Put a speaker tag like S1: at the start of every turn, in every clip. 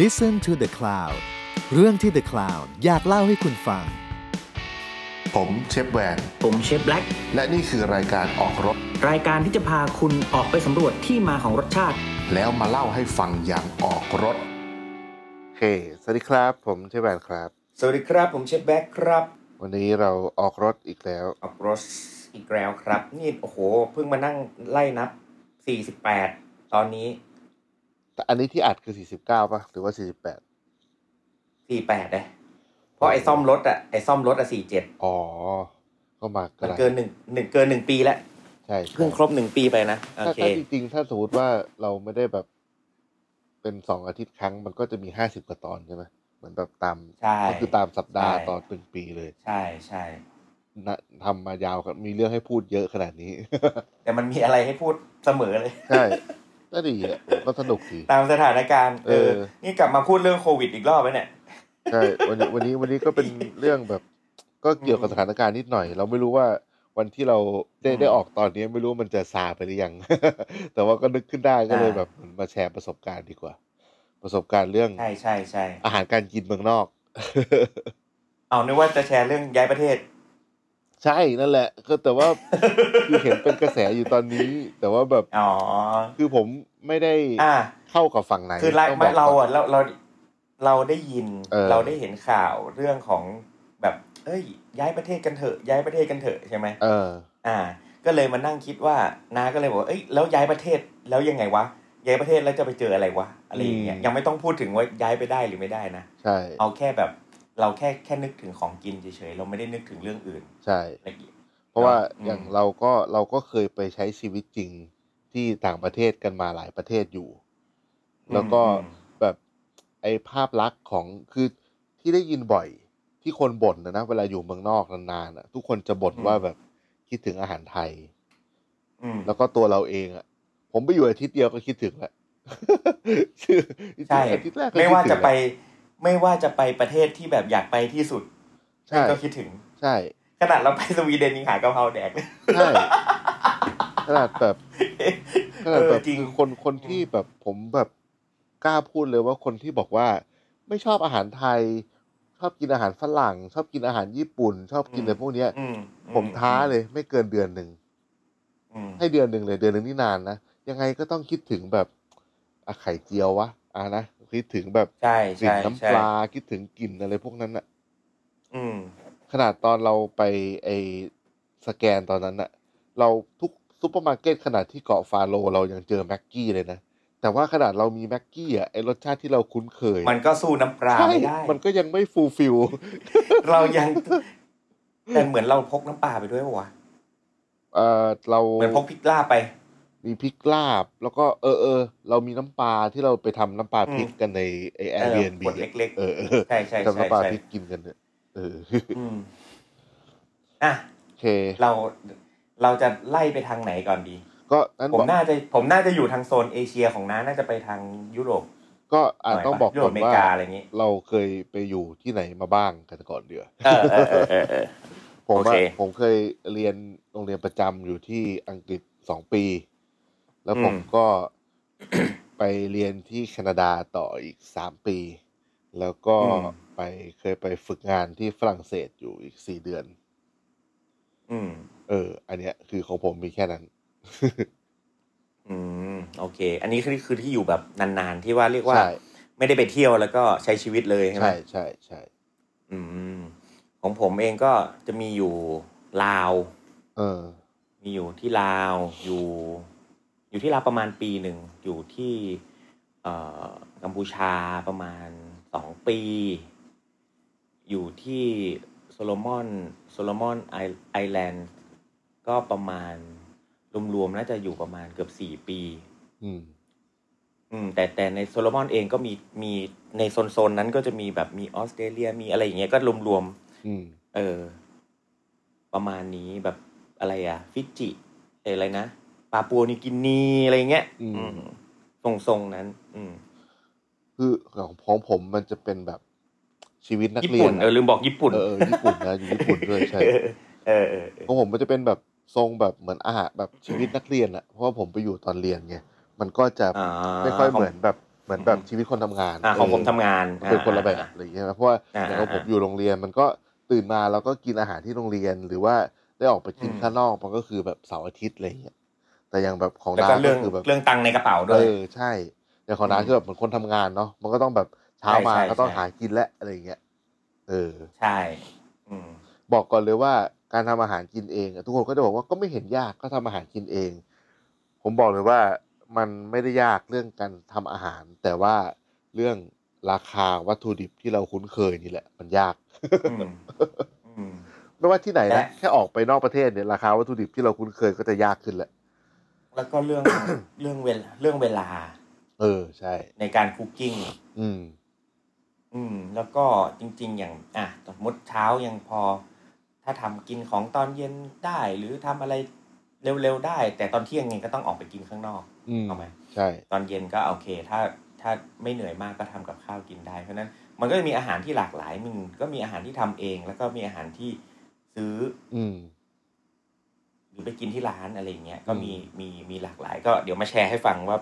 S1: Listen to the Cloud เรื่องที่ The Cloud อยากเล่าให้คุณฟัง
S2: ผมเชฟแวน
S3: ผมเชฟแบล็ก
S2: และนี่คือรายการออกรถ
S3: รายการที่จะพาคุณออกไปสำรวจที่มาของรสชาติ
S2: แล้วมาเล่าให้ฟังอย่างออกรถ
S4: โอเค สวัสดีครับ ผมเชฟแบนครับ
S5: สวัสดีครับ ผมเชฟแบ็คครับ
S4: วันนี้เราออกรถอีกแล้ว
S5: ออกรสอีกแล้วครับ นี่โอ้โห เพิ่งมานั่งไล่นับ 48 ตอนนี้
S4: แต่อันนี้ที่อัดคือ 49ป่ะ หรือว่า 48
S5: 48เลยเพราะไอ้ซ่อมรถอะไอ้ซ่อมรถอะ47
S4: อ๋อ ก็มาก
S5: มัน
S4: ระ
S5: เกินหนึ่งหนึ่งเกินหนึ่งปีแล้ว
S4: ใช่
S5: เพิ่งครบหนึ่งปีไปนะ โอ
S4: ถ้า
S5: เค
S4: ถ้าจริงๆ ถ้าสมมติว่าเราไม่ได้แบบ เป็นสองอาทิตย์ครั้ง มันก็จะมี 50 กว่าตอนใช่ไหมเหมือนแบบตาม
S5: ใช่
S4: ก็คือตามสัปดาห์
S5: ใช่
S4: ตอนเป็นปีเลย
S5: ใช่ใช่
S4: นะทำมายาวกันมีเรื่องให้พูดเยอะขนาดนี้
S5: แต่มันมีอะไรให้พูดเสมอเลย
S4: ใช่ ก็ดีอะก็สนุกดี
S5: ตามสถานการณ์เออ
S4: เออ
S5: นี่กลับมาพูดเรื่องโควิดอีกรอบแล้วเนี่ย
S4: ใช่วันนี้วันนี้วันนี้ก็ เป็นเรื่องแบบ ก็เกี่ยวกับสถานการณ์นิดหน่อย เราไม่รู้ว่าวันที่เราได้
S5: อืม
S4: ได้ออกตอนนี้ไม่รู้ว่ามันจะซาไปหรือยัง แต่ว่าก็นึกขึ้นได้ก็เลย
S5: อ่า
S4: แบบมาแชร์ประสบการณ์ดีกว่า ประสบการณ์เรื่อง
S5: ใช่ใช่ใช่
S4: อาหารการกินเมืองนอก
S5: เอานึกว่าจะแชร์เรื่องย้ายประเทศ
S4: ใช่นั่นแหละ ก็แต่ว่า คือเห็นเป็นกระแสอยู่ตอนนี้ แต่ว่าแบบ
S5: อ๋อ
S4: คือผมไม่ได้
S5: อ่ะ
S4: เข้ากับฝั่งไหน
S5: คือเรา
S4: ต้องบอก
S5: เรา
S4: ก่น
S5: อ่ะเราเราเราได้ยิน
S4: เออ
S5: เราได้เห็นข่าวเรื่องของแบบ เอ้ย ย้ายประเทศกันเถอะ ย้ายประเทศกันเถอะใช่ไหม
S4: เออ
S5: อ่า ก็เลยมานั่งคิดว่านาก็เลยบอกว่าเอ้ยแล้วย้ายประเทศแล้วยังไงวะย้ายประเทศแล้วจะไปเจออะไรวะอะไรอย่างเงี้ย
S4: อืม
S5: ยังไม่ต้องพูดถึงว่าย้ายไปได้หรือไม่ได้นะ
S4: ใช่
S5: เอาแค่แบบเราแค่แค่นึกถึงของกินเฉยๆเราไม่ได้นึกถึงเรื่องอื่น
S4: ใช่
S5: อะไรอย่างเงี้ย
S4: เพราะว่า
S5: อืม
S4: อย่างเราก็เราก็เคยไปใช้ชีวิตจริงที่ต่างประเทศกันมาหลายประเทศอยู่ แล้วก็แบบไอ้ภาพลักษณ์ของคือที่ได้ยินบ่อยที่คนบ่นนะนะเวลาอยู่เมืองนอกนานๆอะทุกคนจะบ่นว่าแบบคิดถึงอาหารไทย
S5: อืม
S4: แล้วก็ตัวเราเองอะผมไปอยู่อาทิตย์เดียวก็ คิดถึงละคือ
S5: ใช่
S4: อาทิตย์แรกก็
S5: ไม่ว่า
S4: คิดถึง
S5: จะ
S4: ล
S5: ไปไม่ว่าจะไปประเทศที่แบบอยากไปที่สุด
S4: ใช่
S5: ก็คิดถึง
S4: ใช่
S5: ขนาดเราไปสวีเดนยังหากะเพราแดกเลย
S4: ใช่ขนาดแบบ ขนาดแบบ
S5: เออจริง
S4: คือคนคนที่แบบผมแบบกล้าพูดเลยว่าคนที่บอกว่า ไม่ชอบอาหารไทย ชอบกินอาหารฝรั่ง ชอบกินอาหารญี่ปุ่น ชอบกินอะไรพวกเนี้ย
S5: อื
S4: ผมท้าเลยไม่เกินเดือนหนึ่ง
S5: อืม
S4: ให้เดือนหนึ่งเลยเดือนหนึ่งนี่นานนะยังไงก็ต้องคิดถึงแบบอะไข่เจียววะอ่ะนะคิดถึงแบบ
S5: ใช่
S4: กลิ่น
S5: ใช่
S4: น้ำป
S5: ใช่
S4: ลาคิดถึงกลิ่นอะไรพวกนั้นอะ
S5: อืม
S4: ขนาดตอนเราไปไอสแกนตอนนั้นอะเราทุกซูเปอร์มาร์เก็ตขนาดที่เกาะฟาโลเรายังเจอแม็กกี้เลยนะ แต่ว่าขนาดเรามีแม็กกี้อะไอรสชาติที่เราคุ้นเคย
S5: มันก็สู้น้ำปลา
S4: ใช่
S5: ไม่ได้
S4: มันก็ยังไม่ฟูลฟิล
S5: เรายังแต่เหมือนเราพกน้ำปลาไปด้วยปะวะ
S4: เออเรา
S5: เหมือนพกพริกลาบไป
S4: มีพริกลาบ แล้วก็เออเออเรามีน้ำปลาที่เราไปทำน้ำปลาพริกกันในไอแอร์
S5: เออ
S4: บีนบี
S5: ขวดเล็กๆ
S4: เออเออ
S5: ใช่ใช่
S4: ทำ
S5: ใช่
S4: น้ำปลา
S5: ใช่
S4: พริกกินกันเนี่ยเอ อ
S5: อืมอ่ะ
S4: โอเค
S5: เราเราจะไล่ไปทางไหนก่อนดี
S4: ก็นั้น
S5: ผม
S4: บอก
S5: น่าจะผมน่าจะอยู่ทางโซนเอเชียของน้าน่าจะไปทางยุโรป
S4: ก็อาจ
S5: หน่ย
S4: ต้อง
S5: ปะ
S4: บอก
S5: ยุโร
S4: ก่
S5: ป
S4: อน
S5: อเม
S4: ว่า
S5: ริกาอะไรอย่างงี้
S4: เราเคยไปอยู่ที่ไหนมาบ้างกันก่อนเดือ
S5: เออเออเออเออเออ
S4: ผมว่า
S5: โอเค
S4: ผมเคยเรียนโรงเรียนประจำอยู่ที่อังกฤษสองปี แล้วผมก็ ไปเรียนที่แคนาดาต่ออีกสามปี แล้วก็
S5: อืม
S4: ไปเคยไปฝึกงานที่ฝรั่งเศสอยู่อีกสี่เดือน
S5: อืม
S4: เออ อันเนี้ยคือของผมมีแค่นั้น
S5: อืมโอเค อันนี้คือคือที่อยู่แบบนานๆ ที่ว่าเรียกว่า
S4: ใช่
S5: ไม่ได้ไปเที่ยวแล้วก็ใช้ชีวิตเลยใช่ไหม
S4: ใช่ใช่ใช่
S5: อืมของผมเองก็จะมีอยู่ลาว
S4: เออ
S5: มีอยู่ที่ลาวอยู่ อยู่ที่ลาวประมาณปีหนึ่งอยู่ที่ เอ่อกัมพูชาประมาณสองปี อยู่ที่โซโลมอนโซโลมอนไอแลนด์ก็ประมาณรวมๆน่าจะอยู่ประมาณเกือบสี่ปี
S4: อืม
S5: อืมแต่แต่ในโซโลมอนเองก็มีมีในโซนโซนๆนั้นก็จะมีแบบมีออสเตรเลียมีอะไรอย่างเงี้ยก็รวมๆ
S4: อืม
S5: เออ ประมาณนี้แบบอะไรอะฟิจิเอออะไรนะปาปัวนิวกินีอะไรเงี้ย
S4: อืม
S5: ทรงทรงๆนั้น อืม
S4: คือของของผมมันจะเป็นแบบชีวิตนัก
S5: ญี่
S4: เรีย
S5: ปุ่
S4: น
S5: น
S4: อะ
S5: เออลืมบอกญี่ปุ่น
S4: เออเออญี่ปุ่นนะอยู่ญี่ปุ่นด้วยใช่
S5: เออเออเออเออ
S4: ของผมมันจะเป็นแบบทรงแบบเหมือนอาหารแบบชีวิตนักเรียนอะเพราะว่าผมไปอยู่ตอนเรียนไงมันก็จะ
S5: อ่า
S4: ไม่ค่อยเหมือนแบบ เหมือนแบบชีวิตคนทำงาน
S5: อ่ะของผมทำงาน
S4: เออเป็นคนละแบบ
S5: อ่า
S4: อะไรอย่างเงี้ยนะเพราะว่า
S5: อ่า
S4: อย่างของผม
S5: อ่า
S4: อยู่โรงเรียน มันก็ตื่นมาแล้วก็กินอาหารที่โรงเรียน หรือว่าได้ออกไปกิน
S5: อืม
S4: ข้างนอกมันก็คือแบบเสาร์อาทิตย์อะไรอย่างเงี้ยแต่อย่างแบบของ
S5: แล้ว
S4: น้า
S5: ก็เรื่
S4: ก็
S5: อง
S4: คือแบบ
S5: เรื่องตังค์ในกระเป๋าด้
S4: เอ
S5: วย
S4: อใช่อย่างของน้า
S5: อืม
S4: คือแบบเหมือนคนทำงานเนาะมันก็ต้องแบบเช้ามา
S5: ใช่ใช่
S4: ก็ต้อง
S5: ใช่
S4: หากินและอะไรอย่างเงี้ยเออ
S5: ใช่อืม
S4: บอกก่อนเลยว่าการทำอาหารกินเองอะทุกคนก็จะบอกว่าก็ไม่เห็นยากก็ทำอาหารกินเอง ผมบอกเลยว่ามันไม่ได้ยากเรื่องการทำอาหาร แต่ว่าเรื่องราคาวัตถุดิบที่เราคุ้นเคยนี่แหละ มันยาก
S5: อืมอืม
S4: ไม่ว่าที่ไหน
S5: และ
S4: นะแค่ออกไปนอกประเทศเนี่ยราคาวัตถุดิบที่เราคุ้นเคยก็จะยากขึ้นแหละ
S5: แล้วก็เรื่อง เรื่องเวลาเรื่องเวลา
S4: เออใช่
S5: ในการคุกกิ้ง
S4: อืม
S5: อืม แล้วก็จริง ๆ อย่าง อ่ะสมมติเช้ายังพอ ถ้าทำกินของตอนเย็นได้ หรือทำอะไรเร็วๆได้ แต่ตอนเที่ยงไงก็ต้องออกไปกินข้างนอก
S4: อืม
S5: เอาไหม
S4: ใช่
S5: ตอนเย็นก็โอเค ถ้าถ้าไม่เหนื่อยมากก็ทำกับข้าวกินได้เพราะฉะนั้นมันก็จะมีอาหารที่หลากหลายมันก็มีอาหารที่ทำเอง แล้วก็มีอาหารที่ซื้อ
S4: อืม
S5: หรือไปกินที่ร้านอะไรอย่างเงี้ยก็มี
S4: อืม
S5: มีมีหลากหลาย ก็เดี๋ยวมาแชร์ให้ฟังว่า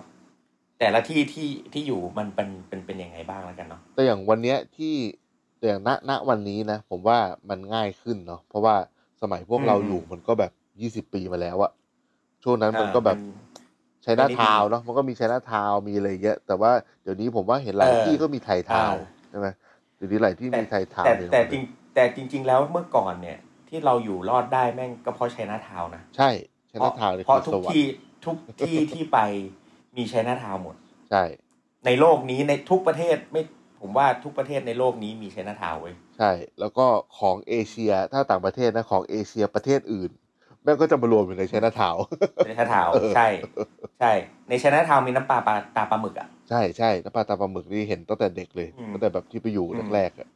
S5: แต่ละที่ที่ที่อยู่มันเป็นเป็นเป็นยังไงบ้างแล้วกันเนาะ
S4: แต่อย่างวันเนี้ยที่แต่อย่างณณวันนี้นะผมว่ามันง่ายขึ้นเนาะเพราะว่าสมัยพวกเราอยู่มันก็แบบยี่สิบปีมาแล้วอะช่วงนั้นมันก็แบบ
S5: อ่า
S4: ใช้หน้า
S5: ไม่ได้
S4: ทาวน์เนาะมันก็มีใช้หน้าทาวน์มีอะไรเยอะแต่ว่าเดี๋ยวนี้ผมว่าเห็นหลาย
S5: เออ
S4: ที่ก็มีไทยทาวน์
S5: เออ
S4: ใช่ไหมเดี๋ยวนี้หลายที่
S5: แต่
S4: มีไทยทาว
S5: แต่
S4: น์เนี่ย
S5: แต่จริงแต่จริง ๆ แล้วเมื่อก่อนเนี่ย ที่เราอยู่รอดได้แม่งก็เพราะไชน่าทาวน์นะ
S4: ใช่ใช้
S5: เพ
S4: หน้า
S5: ราะ
S4: ทาวน์ใน
S5: เพราะ
S4: น
S5: ทุ
S4: ส
S5: ก
S4: วรร
S5: ที่
S4: ค์
S5: ทุก ที่ที่ไปมีไชน่าทาวน์หมด
S4: ใช่
S5: ในโลกนี้ในทุกประเทศไม่ผมว่าทุกประเทศในโลกนี้มีไชน่าทาวน์เว้ย
S4: ใช่ แล้วก็ของเอเชียถ้าต่างประเทศนะของเอเชียประเทศอื่นแม่งก็จะมารวมอยู่ในใช้หน้าทาวน์
S5: ไชน่าทาวน์ใช่ ใช่ ในไชน่าทาวน์มีน้ำปลาปลาตาปลาหมึกอ่ะ
S4: ใช่ใช่น้ำปลาตาปลาหมึกนี่เห็นตั้งแต่เด็กเลย
S5: อืม
S4: ตั้งแต่แบบที่ไปอยู่
S5: อืม
S4: แรกๆอะ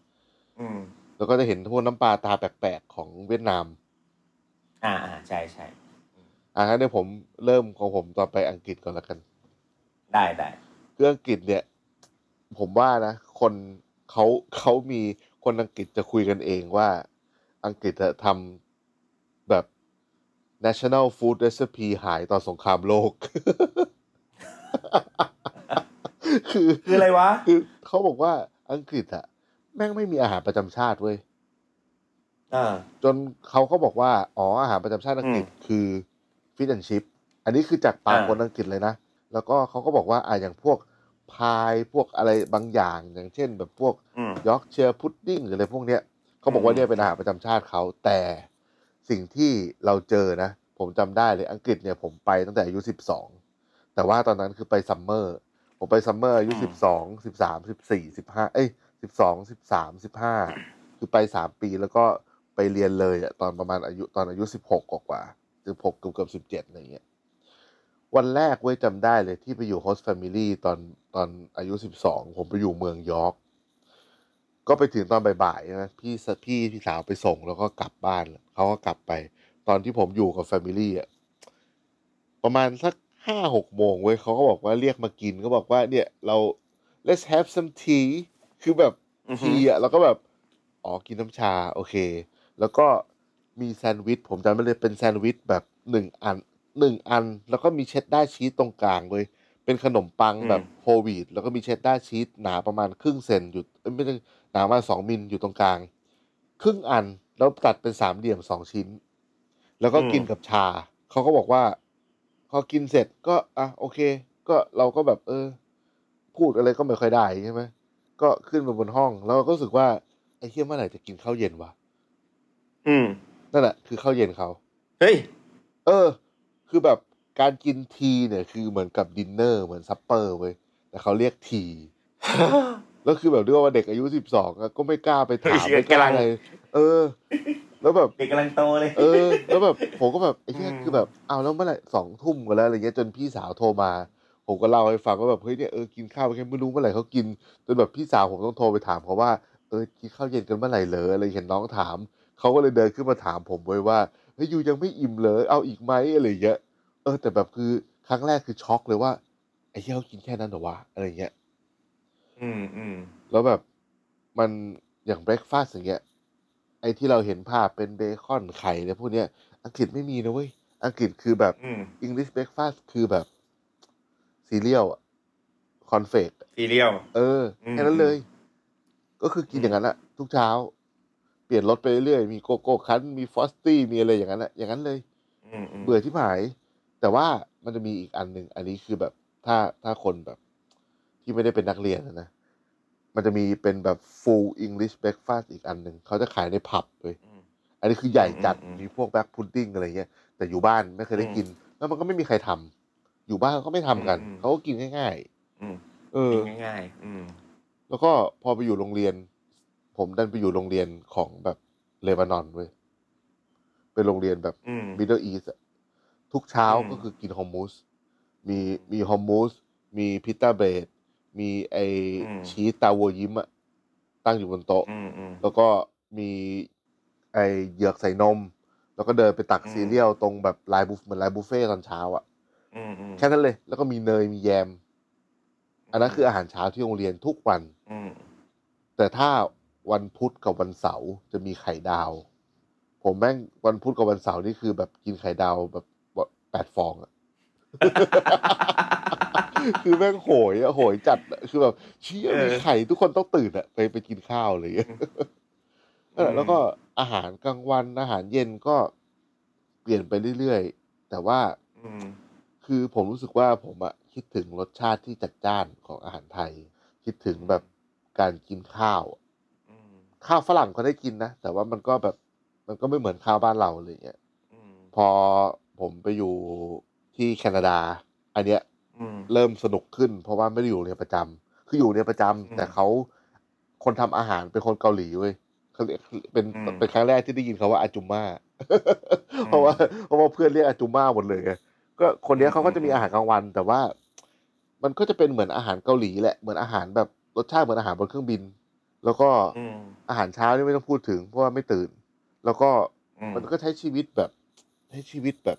S5: อืม
S4: แล้วก็จะเห็นพวกน้ำปลาตาแปลกๆ ของเวียดนาม
S5: อ่าอ่าใช่ใช่
S4: อ่ะงั้นเดี๋ยวผมเริ่มของผมตอนไปอังกฤษก่อนละกัน
S5: ได้ได้
S4: คืออังกฤษเนี่ย ผมว่านะ คนเขาเขามีคนอังกฤษจะคุยกันเองว่า อังกฤษอะทำแบบ national food recipe หายตอนสงครามโลก คือ
S5: คืออะไรวะ
S4: คือเขาบอกว่าอังกฤษอะแม่งไม่มีอาหารประจำชาติเว้ย
S5: เออ
S4: จนเขาก็บอกว่า อ๋อ อาหารประจำชาติอังกฤษคือฟิชแอนชิพอันนี้คือจากปาก
S5: อ่า
S4: คนอังกฤษเลยนะ แล้วก็เขาก็บอกว่าอ่ะอย่างพวกพายพวกอะไรบางอย่าง อย่างเช่น แบบพวก
S5: อืม
S4: ยอร์กเชียร์พุดดิ้งหรืออะไรพวกเนี้ยเขาบอกว่า
S5: อืม
S4: เนี่ยเป็นอาหารประจำชาติเขาแต่สิ่งที่เราเจอนะ ผมจำได้เลยอังกฤษเนี่ยผมไปตั้งแต่อายุสิบสองแต่ว่าตอนนั้นคือไปซัมเมอร์ผมไปซัมเมอร์อายุสิบสองสิบสามสิบสี่สิบห้าเอ้ยสิบสองสิบสามสิบห้า คือไปสามปีแล้วก็ไปเรียนเลยอะตอนประมาณอายุตอนอายุสิบหกกว่าสิบหกเกือบเกือบสิบเจ็ดอะไรอย่างเงี้ยวันแรกเว้ยจำได้เลยที่ไปอยู่โฮสต์แฟมิลี่ตอนตอนอายุสิบสองผมไปอยู่เมืองยอร์กก็ไปถึงตอนบ่ายๆนะพี่สพี่พี่สาวไปส่งแล้วก็กลับบ้านเขาก็กลับไป ตอนที่ผมอยู่กับแฟมิลี่อ่ะประมาณสักห้าหกโมงเว้ยเขาก็บอกว่าเรียกมากินก็บอกว่าเนี่ยเรา let's have some tea คือแบบ
S5: อือฮึ
S4: ทีอ่ะแล้วก็แบบ อ๋อ กินน้ำชา โอเค แล้วก็มีแซนด์วิช ผมจำไม่เลยเป็นแซนด์วิชแบบหนึ่งอันหนึ่งอัน แล้วก็มีเชดดาร์ชีสตรงกลางเลย เป็นขนมปัง
S5: อืม
S4: แบบโฮลวีตแล้วก็มีเชดดาร์ชีสหนาประมาณครึ่งเซนอยู่เอ้ยไม่ใช่หนาประมาณสองมิลอยู่ตรงกลาง ครึ่งอันแล้วตัดเป็นสามเหลี่ยมสองชิ้น แล้วก็กินกับชา เขาก็บอกว่าเขากินเสร็จก็ อ่ะโอเค ก็เราก็แบบ เออ พูดอะไรก็ไม่ค่อยได้ใช่ไหม ก็ขึ้นไปบนห้องแล้วเราก็รู้สึกว่าไอ้เฮียเมื่อไหร่จะกินข้าวเย็นวะ
S5: อืม
S4: นั่นแหละคือข้าวเย็นเขา
S5: เฮ้ย
S4: เออ คือแบบการกินทีเนี่ยคือเหมือนกับดินเนอร์เหมือนซัปเปอร์เว้ยแต่เขาเรียกที แล้วคือแบบด้วยว่าเด็กอายุสิบสองก็ไม่กล้าไปถาม
S5: เฮ้ย
S4: ไม่กล้าก
S5: ำลัง
S4: อะไรเออ แล้วแบบ
S5: เด็กกำลังโตเลย
S4: เออ แล้วแบบผมก็แบบไอ้เนี้ย
S5: อืม
S4: คือแบบเอาวแล้วเมื่อไหร่สองทุ่มกันแล้วอะไรเงี้ยจนพี่สาวโทรมา ผมก็เล่าให้ฟังว่าแบบเฮ้ยเนี่ยเออกินข้าวไปแค่ไม่รู้เมื่อไหร่เขากินจนแบบพี่สาวผมต้องโทรไปถามเขาว่าเออกินข้าวเย็นกันเมื่อไหร่เหรออะไรเห็นน้องถามเขาก็เลยเดินขึ้นมาถามผมไว้ยว่าเฮ้ยยูยังไม่อิ่มเลยเอาอีกไหมอะไรเงี้ยเออ แต่แบบคือครั้งแรกคือช็อกเลยว่าไอ้เหี้ยเขากินแค่นั้นเหรอวะอะไรเงี้ย
S5: อืมอืม
S4: แล้วแบบมันอย่างเบรกฟาสต์อย่างเงี้ยไอ้ที่เราเห็นภาพเป็นเบคอนไข่อะไรพวกเนี้ย อังกฤษไม่มีนะเว้ย อังกฤษคือแบบ
S5: อืม
S4: อังกฤษเบรกฟาสต์คือแบบซีเรียลอะ คอนเฟก
S5: ซีเรียล
S4: เอออ
S5: ม
S4: แค่นั้นเลย ก็คือกินอย่างนั้นแหละทุกเช้า เปลี่ยนรสไปเรื่อยๆมีโกโก้คันมีฟอสตี้มีอะไรอย่างนั้นแหละอย่างนั้นเลย
S5: อืมอืม
S4: เบื่อที่หาย แต่ว่ามันจะมีอีกอันหนึ่งอันนี้คือแบบถ้าถ้าคนแบบที่ไม่ได้เป็นนักเรียนนะนะ มันจะมีเป็นแบบ full English breakfast อีกอันหนึ่งเขาจะขายในผับเลย
S5: อืม
S4: อันนี้คือใหญ่จัด
S5: อืมอืม
S4: มีพวกแบล็คพุดดิ้งอะไรเงี้ยแต่อยู่บ้านไม่เคยได้กิน แล้วมันก็ไม่มีใครทำอยู่บ้านก็ไม่ทำกัน
S5: อืมอืม
S4: เขาก็กินง่าย
S5: อืม
S4: ๆ เออ
S5: กินง่ายๆอืม
S4: แล้วก็พอไปอยู่โรงเรียน ผมดันไปอยู่โรงเรียนของแบบเลบานอนเว้ยเป็นโรงเรียนแบบ
S5: อืม
S4: มิดเดิลอีสทุกเช้า
S5: อืม
S4: ก็คือกินฮอมมูสมีมีฮอมมูสมีพิต้าเบรดมีไอชีสตาวัวยิ้มอะตั้งอยู่บนโต๊ะ
S5: อืมอืม
S4: แล้วก็มีไอเหยือกใส่นม แล้วก็เดินไปตัก
S5: อืม
S4: ซีเรียลตรงแบบลายบุฟเหมือนลายบุฟเฟ่ตอนเช้าอะ
S5: อืมอืม
S4: แค่นั้นเลย แล้วก็มีเนยมีแยม อันนั้นคืออาหารเช้าที่โรงเรียนทุกวัน
S5: อืม
S4: แต่ถ้าวันพุธกับวันเสาร์จะมีไข่ดาว ผมแม่งวันพุธกับวันเสาร์นี่คือแบบกินไข่ดาวแบบแปดฟองอะ คือแม่งโหยอะโหยจัดอะคือแบบเชี่ยมีไข่ทุกคนต้องตื่นอะไปไปกินข้าวเลยนั่นแหละแล้วก็อาหารกลางวันอาหารเย็นก็เปลี่ยนไปเรื่อยๆ แต่ว่า
S5: อืม
S4: คือผมรู้สึกว่าผมอะคิดถึงรสชาติที่จัดจ้านของอาหารไทย คิดถึงแบบการกินข้าว
S5: อืม
S4: ข้าวฝรั่งก็ได้กินนะ แต่ว่ามันก็แบบมันก็ไม่เหมือนข้าวบ้านเราอะไรเงี้ย
S5: อืม
S4: พอผมไปอยู่ที่แคนาดา อันเนี้ย
S5: อืม
S4: เริ่มสนุกขึ้น เพราะว่าไม่ได้อยู่โรงเรียนประจำคืออยู่โรงเรียนประจำ
S5: อืม
S4: แต่เขาคนทำอาหารเป็นคนเกาหลีเว้ยเขาเรียกเป็น
S5: อืม
S4: เป็นครั้งแรกที่ได้ยินคาว่าอาจุมมา เพราะว่าเพราะว่าเพื่อนเรียกอาจุมมาหมดเลยไงก็คนเนี้ยเขาก็จะมี
S5: อืม
S4: อาหารกลางวัน แต่ว่ามันก็จะเป็นเหมือนอาหารเกาหลีแหละเหมือนอาหารแบบรสชาติเหมือนอาหารบนเครื่องบิน แล้วก็
S5: อืม
S4: อาหารเช้านี่ไม่ต้องพูดถึงเพราะว่าไม่ตื่น แล้วก็
S5: อืม
S4: มันก็ใช้ชีวิตแบบใช้ชีวิตแบบ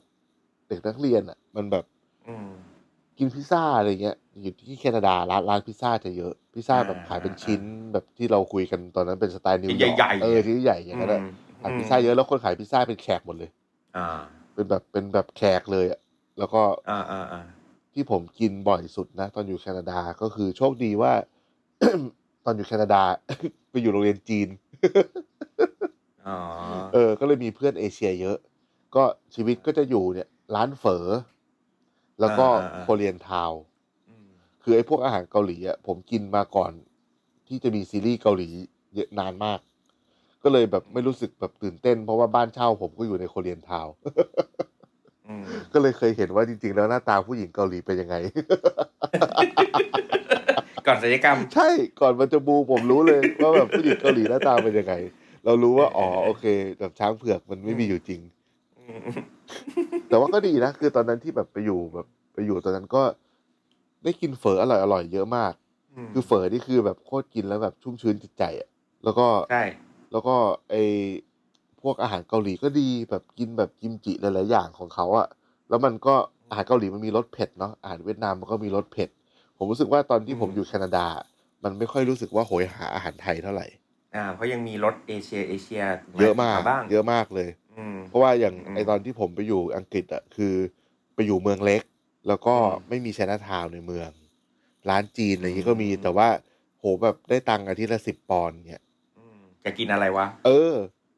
S4: เด็กนักเรียนอ่ะ มันแบบ
S5: อืม
S4: กินพิซซ่าอะไรเงี้ยอยู่ที่แคนาดาร้านร้านพิซซ่าจะเยอะพิซซ่าแบบ
S5: อ่า
S4: ขายเป็นชิ้นแบบที่เราคุยกันตอนนั้นเป็นสไตล์นิวยอร์ก
S5: ใหญ่ๆ
S4: เออที่ใหญ่อย่างนั้นอะขายพิซซ่าเยอะแล้วคนขายพิซซ่าเป็นแขกหมดเลย
S5: อ่า
S4: เป็นแบบเป็นแบบแขกเลยอ่ะแล้วก็
S5: อ่าอ่าอ่า
S4: ที่ผมกินบ่อยสุดนะ ตอนอยู่แคนาดาก็คือโชคดีว่า ตอนอยู่แคนาดา ไปอยู่โรงเรียนจีน
S5: อ๋อ
S4: เออ ก็เลยมีเพื่อนเอเชียเยอะ ก็ชีวิตก็จะอยู่เนี่ย ร้านเฝอ แล้วก็โคเรียนทาวน์
S5: ม
S4: คือไอ้พวกอาหารเกาหลีอ่ะผมกินมาก่อน ที่จะมีซีรีส์เกาหลีเยอะนานมาก ก็เลยแบบไม่รู้สึกแบบตื่นเต้น เพราะว่าบ้านเช่าผมก็อยู่ในโคเรียนทาวน์
S5: อืม
S4: ก็เลยเคยเห็นว่าจริง ๆ แล้วหน้าตาผู้หญิงเกาหลีเป็นยังไง
S5: ก่อนศัลยกรรม
S4: ใช่ก่อนมันจะบูมผมรู้เลย ว่าแบบผู้หญิงเกาหลีหน้าตาเป็นยังไง เรารู้ว่าอ๋อโอเคแบบช้างเผือกมันไม่มีอยู่จริง
S5: อืม
S4: แต่ว่าก็ดีนะ คือตอนนั้นที่แบบไปอยู่แบบไปอยู่ตอนนั้นก็ได้กินเฝออร่อยอร่อยๆเยอะมาก คือเฝอนี่คือแบบโคตรกินแล้วแบบชุ่มชื้นจิตใจอ่ะแล้วก็
S5: ใช่
S4: แล้วก็ไอพวกอาหารเกาหลีก็ดีแบบกินแบบกิมจิหลายๆอย่างของเขาอ่ะแล้วมันก็อาหารเกาหลีมันมีรสเผ็ดเนาะอาหารเวียดนามมันก็มีรสเผ็ด ผมรู้สึกว่าตอนที่ผมอยู่แคนาดา มันไม่ค่อยรู้สึกว่าโหยหาอาหารไทยเท่าไหร่
S5: อ่าเพราะยังมีรถเอเชียเอเชีย
S4: เยอะมาก
S5: บ้าง
S4: เยอะมากเลย
S5: อืม
S4: เพราะว่าอย่าง
S5: อืม
S4: ไอตอนที่ผมไปอยู่อังกฤษอะคือไปอยู่เมืองเล็ก แล้วก็
S5: อืม
S4: ไม่มีชนะทาวน์ในเมือง ร้านจีนอะไรอย่างงี้ก็มี
S5: อืม
S4: แต่ว่าโหแบบได้ตังค์อาทิตย์ละสิบปอนด์เนี่ย
S5: อืมจะกินอะไรวะ
S4: เออ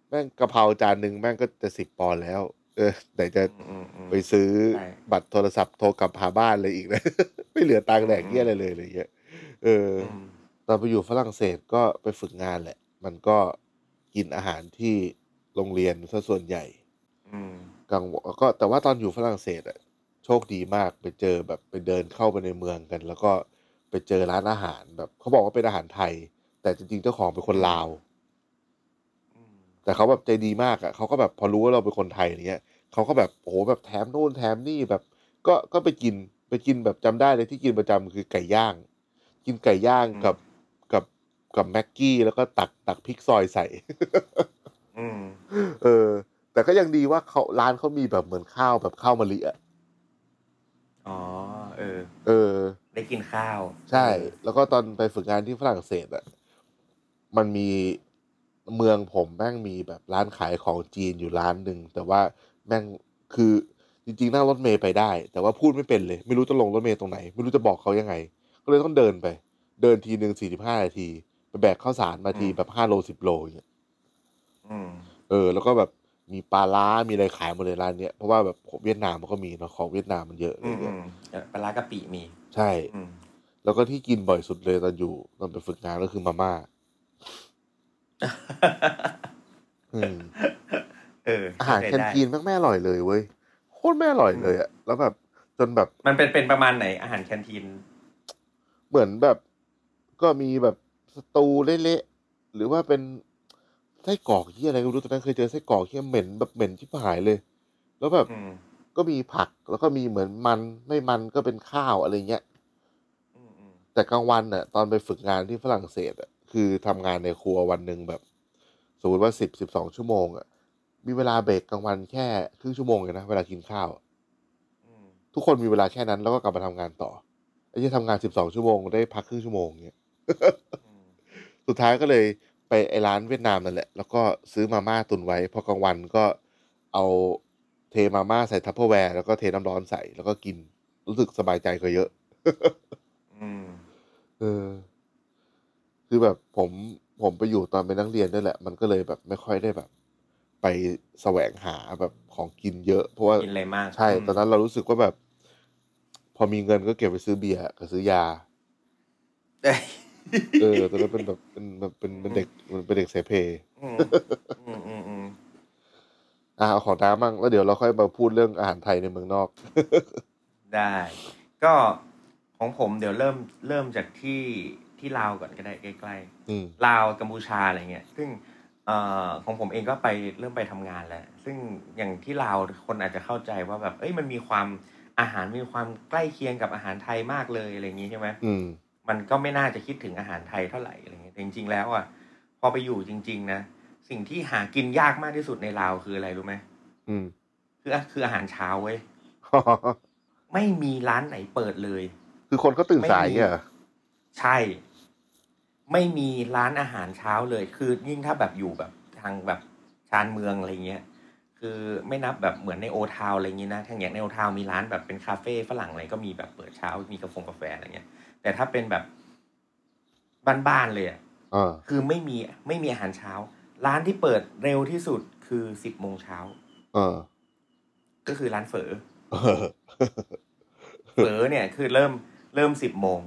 S4: แม่งกะเพราจานหนึ่งแม่งก็จะสิบปอนด์แล้ว เออไหนจะ
S5: อืมอืม
S4: ไปซื้อ
S5: ใช่
S4: บัตรโทรศัพท์โทรกลับหาบ้านเลยอีกนะ ไม่เหลือตังค์แดกเงี้ยอะไรเลยอะไรเงี้ยเอออ
S5: อืม
S4: ตอนไปอยู่ฝรั่งเศสก็ไปฝึกงานแหละ มันก็กินอาหารที่โรงเรียนซะส่วนใหญ่
S5: อืม
S4: กังวลก็แต่ว่าตอนอยู่ฝรั่งเศสอะโชคดีมากไปเจอแบบไปเดินเข้าไปในเมืองกัน แล้วก็ไปเจอร้านอาหารแบบเขาบอกว่าเป็นอาหารไทย แต่จริงๆเจ้าของเป็นคนลาว
S5: อืม
S4: แต่เขาแบบใจดีมากอะเขาก็แบบพอรู้ว่าเราเป็นคนไทยอย่างเงี้ยเขาก็แบบโอ้โหแบบแถมนู่นแถมนี่แบบ ก็ก็ไปกินไปกินแบบจำได้เลยที่กินประจำคือไก่ย่าง กินไก่ย่างกับกับกับแม็กกี้แล้วก็ตักตักพริกซอยใส่
S5: อืม
S4: เออ แต่ก็ยังดีว่าเขาร้านเขามีแบบเหมือนข้าวแบบข้าวมะลิอะ
S5: อ๋อ เออ
S4: เออ
S5: ได้กินข้าว
S4: ใช่ แล้วก็ตอนไปฝึกงานที่ฝรั่งเศสอ่ะ มันมีเมืองผมแม่งมีแบบร้านขายของจีนอยู่ร้านหนึ่ง แต่ว่าแม่งคือจริงๆนั่งรถเมย์ไปได้ แต่ว่าพูดไม่เป็นเลย ไม่รู้จะลงรถเมย์ตรงไหน ไม่รู้จะบอกเขายังไง ก็ เลยต้องเดินไป เดินทีหนึ่งสี่สิบห้านาทีไปแบกข้าวสารมาที
S5: อืม
S4: แบบห้าโลสิบโลอย่างเงี้ย
S5: อืม
S4: เออแล้วก็แบบมีปลาล้ามีอะไรขายหมดเลยร้านเนี้ยเพราะว่าแบบเวียดนามมันก็มีเนาะของเวียดนามมันเยอะอะไร
S5: อืม
S4: เงี้
S5: อื
S4: ย
S5: มปลาร้ากะปิมี
S4: ใช่
S5: อืม
S4: แล้วก็ที่กินบ่อยสุดเลยตอนอยู่ตอนไปฝึกงานก็คือมาม่าอืม
S5: เออ
S4: อาหารแคนทีนแม่งไม่อร่อยเลยเว้ยโคตรไม่อร่อยเลยอะแล้วแบบจนแบบ
S5: มันเป็นเป็นประมาณไหนอาหารแคนทีน
S4: เหมือนแบบ ก็มีแบบสตูเละๆหรือว่าเป็นไส้กรอกที่อะไรก็ไม่รู้ตอนนั้นเคยเจอไส้กรอกที่เหม็นแบบเหม็นที่หายเลย แล้วแบบ
S5: อืม
S4: ก็มีผักแล้วก็มีเหมือนมันไม่มันก็เป็นข้าวอะไรเงี้ย
S5: อืมอืม
S4: แต่กลางวันน่ะ ตอนไปฝึกงานที่ฝรั่งเศสอะคือทำงานในครัววันหนึ่งแบบสมมติว่าสิบสิบสองชั่วโมงอะมีเวลาเบรกกลางวันแค่ครึ่งชั่วโมงเองนะเวลากินข้าวอะ
S5: อืม
S4: ทุกคนมีเวลาแค่นั้นแล้วก็กลับมาทำงานต่อไอ้ที่ทำงานสิบสองชั่วโมงได้พักครึ่งชั่วโมงเงี้ย
S5: อืม
S4: สุดท้ายก็เลยไปไอ้ร้านเวียดนามนั่นแหละ แล้วก็ซื้อมาม่าตุนไว้ พอกลางวันก็เอาเทมาม่าใส่ทัพเปอร์แวร์แล้วก็เทน้ำร้อนใส่แล้วก็กินรู้สึกสบายใจกว่าเยอะ
S5: อืม
S4: เออ คือแบบผมผมไปอยู่ตอนเป็นนักเรียนด้วยแหละ มันก็เลยแบบไม่ค่อยได้แบบ ไปแสวงหาแบบของกินเยอะเพราะว่า
S5: กินอะไรมาก
S4: ใช่ ตอนนั้นเรารู้สึกว่าแบบ พอมีเงินก็เก็บไปซื้อเบียร์กับซื้อยา
S5: เอ้ย
S4: เออ ตอนนั้นเป็นแบบเป็นแบบเป็นเป็นเด็กเป็นเด็กเสเพ
S5: อืมอืมอืมอืม
S4: อ่ะเอาของน้ำบ้างแล้วเดี๋ยวเราค่อยมาพูดเรื่องอาหารไทยในเมืองนอก
S5: ได้ ก็ของผมเดี๋ยวเริ่มเริ่มจากที่ที่ลาวก่อนก็ได้ใกล้ๆ
S4: อืม
S5: ลาวกัมพูชาอะไรเงี้ย ซึ่งเออของผมเองก็ไปเริ่มไปทำงานแล้ว ซึ่งอย่างที่ลาวคนอาจจะเข้าใจว่าแบบ เอ้ยมันมีความอาหารมีความใกล้เคียงกับอาหารไทยมากเลยอะไรอย่างงี้ใช่ไหม
S4: อืม
S5: มันก็ไม่น่าจะคิดถึงอาหารไทยเท่าไหร่อะไรเงี้ยแต่จริงๆแล้วอ่ะพอไปอยู่จริง ๆ นะ สิ่งที่หากินยากมากที่สุดในลาวคืออะไรรู้ไหม
S4: อืม
S5: คือคืออาหารเช้าเว้ยไม่มีร้านไหนเปิดเลย
S4: คือคนก็ตื่นสายเนี่ยเหรอ
S5: ใช่ ไม่มีร้านอาหารเช้าเลย คือยิ่งถ้าแบบอยู่แบบทางแบบชานเมืองอะไรเงี้ย คือไม่นับแบบเหมือนในโอทาวอะไรเงี้ยนะทางอย่างในโอทาวมีร้านแบบเป็นคาเฟ่ฝรั่งอะไรก็มีแบบเปิดเช้ามีกาแฟกาแฟอะไรเงี้ย แต่ถ้าเป็นแบบบ้านๆเลยอะ
S4: อ่า
S5: คือไม่มีไม่มีอาหารเช้า ร้านที่เปิดเร็วที่สุดคือสิบโมงเช้า
S4: อ่า
S5: ก็คือร้านเฝ อ
S4: เออ
S5: เผลอเนี่ยคือเริ่มเริ่มสิบโมง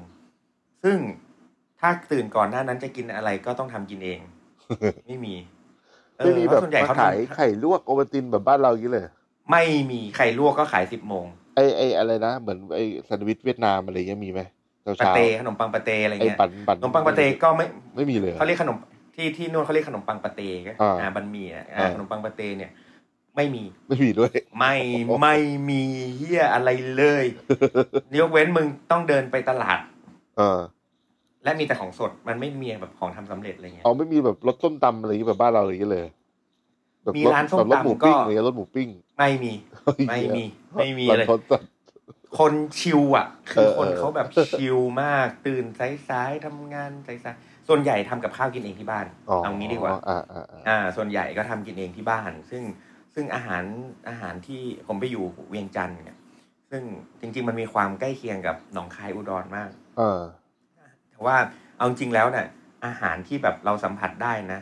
S5: ซึ่งถ้าตื่นก่อนหน้านั้นจะกินอะไรก็ต้องทำกิน เอง ไม่มีเออ
S4: ไม่มี
S5: เพ
S4: แบบ
S5: ราะส่วนใหญ่
S4: มา
S5: เขา
S4: ขาย
S5: ทำ
S4: ไข่ลวกโอวัลตินแบบบ้านเราอย่างนี้เลย
S5: ไม่มีไข่ลวกก็ขายสิบโมง
S4: ไอไออะไรนะ เหมือนไอแซนด์วิชเวียดนามอะไรเงี้ยมีไหมเช้า
S5: ปา
S4: เช้า
S5: เตขนมปังปาเตอะไร
S4: ไอ
S5: เงี้ย
S4: ปั่นปั่น
S5: ขนมปังปาเตก็ไม่
S4: ไม่มีเลยเหรอ
S5: เขาเรียกขนมที่ที่นู่นเขาเรียกขนมปังปาเตก็
S4: อ่า
S5: อ่าบันหมี่อ่ะอ่า
S4: อ่า
S5: ขนมปังปาเตเนี่ย ไม่มี
S4: ไม่มีด้วย
S5: ไม่ ไม่มีเฮียอะไรเลยยกเว้นมึงต้องเดินไปตลาด
S4: เออ
S5: และมีแต่ของสดมันไม่มีแบบของทำสำเร็จอะไรเงี้ย
S4: เอาไม่มีแบบรสส้มตำอะไรอย่างงี้แบบบ้านเราอะไรอย่างงี้เลยแบบ
S5: มีร้านส้ม
S4: แบบรสหมู
S5: ตำก็
S4: ปิ้งอะไรเงี้ยรสหมูปิ้ง
S5: ไม่มี ไม่มี ไม่มีอะไร
S4: ร้านทดสด
S5: คนชิลอ่ะ คื
S4: เอ
S5: อ
S4: อ
S5: คน
S4: เออ
S5: เขาแบบชิลมาก ตื่นสายๆทำงานสายๆส่วนใหญ่ทำกับข้าวกินเองที่บ้าน
S4: อ๋อ
S5: เอางี้ดีกว่า
S4: อ่าอ่าอ่า
S5: อ่า ส่วนใหญ่ก็ทำกินเองที่บ้าน ซึ่งซึ่งอาหารอาหารที่ผมไปอยู่เวียงจันทร์เนี่ยซึ่งจริง ๆ มันมีความใกล้เคียงกับหนองคายอุดรมาก
S4: เออ
S5: แต่ว่าเอาจริงแล้วเนี่ยอาหารที่แบบเราสัมผัสได้นะ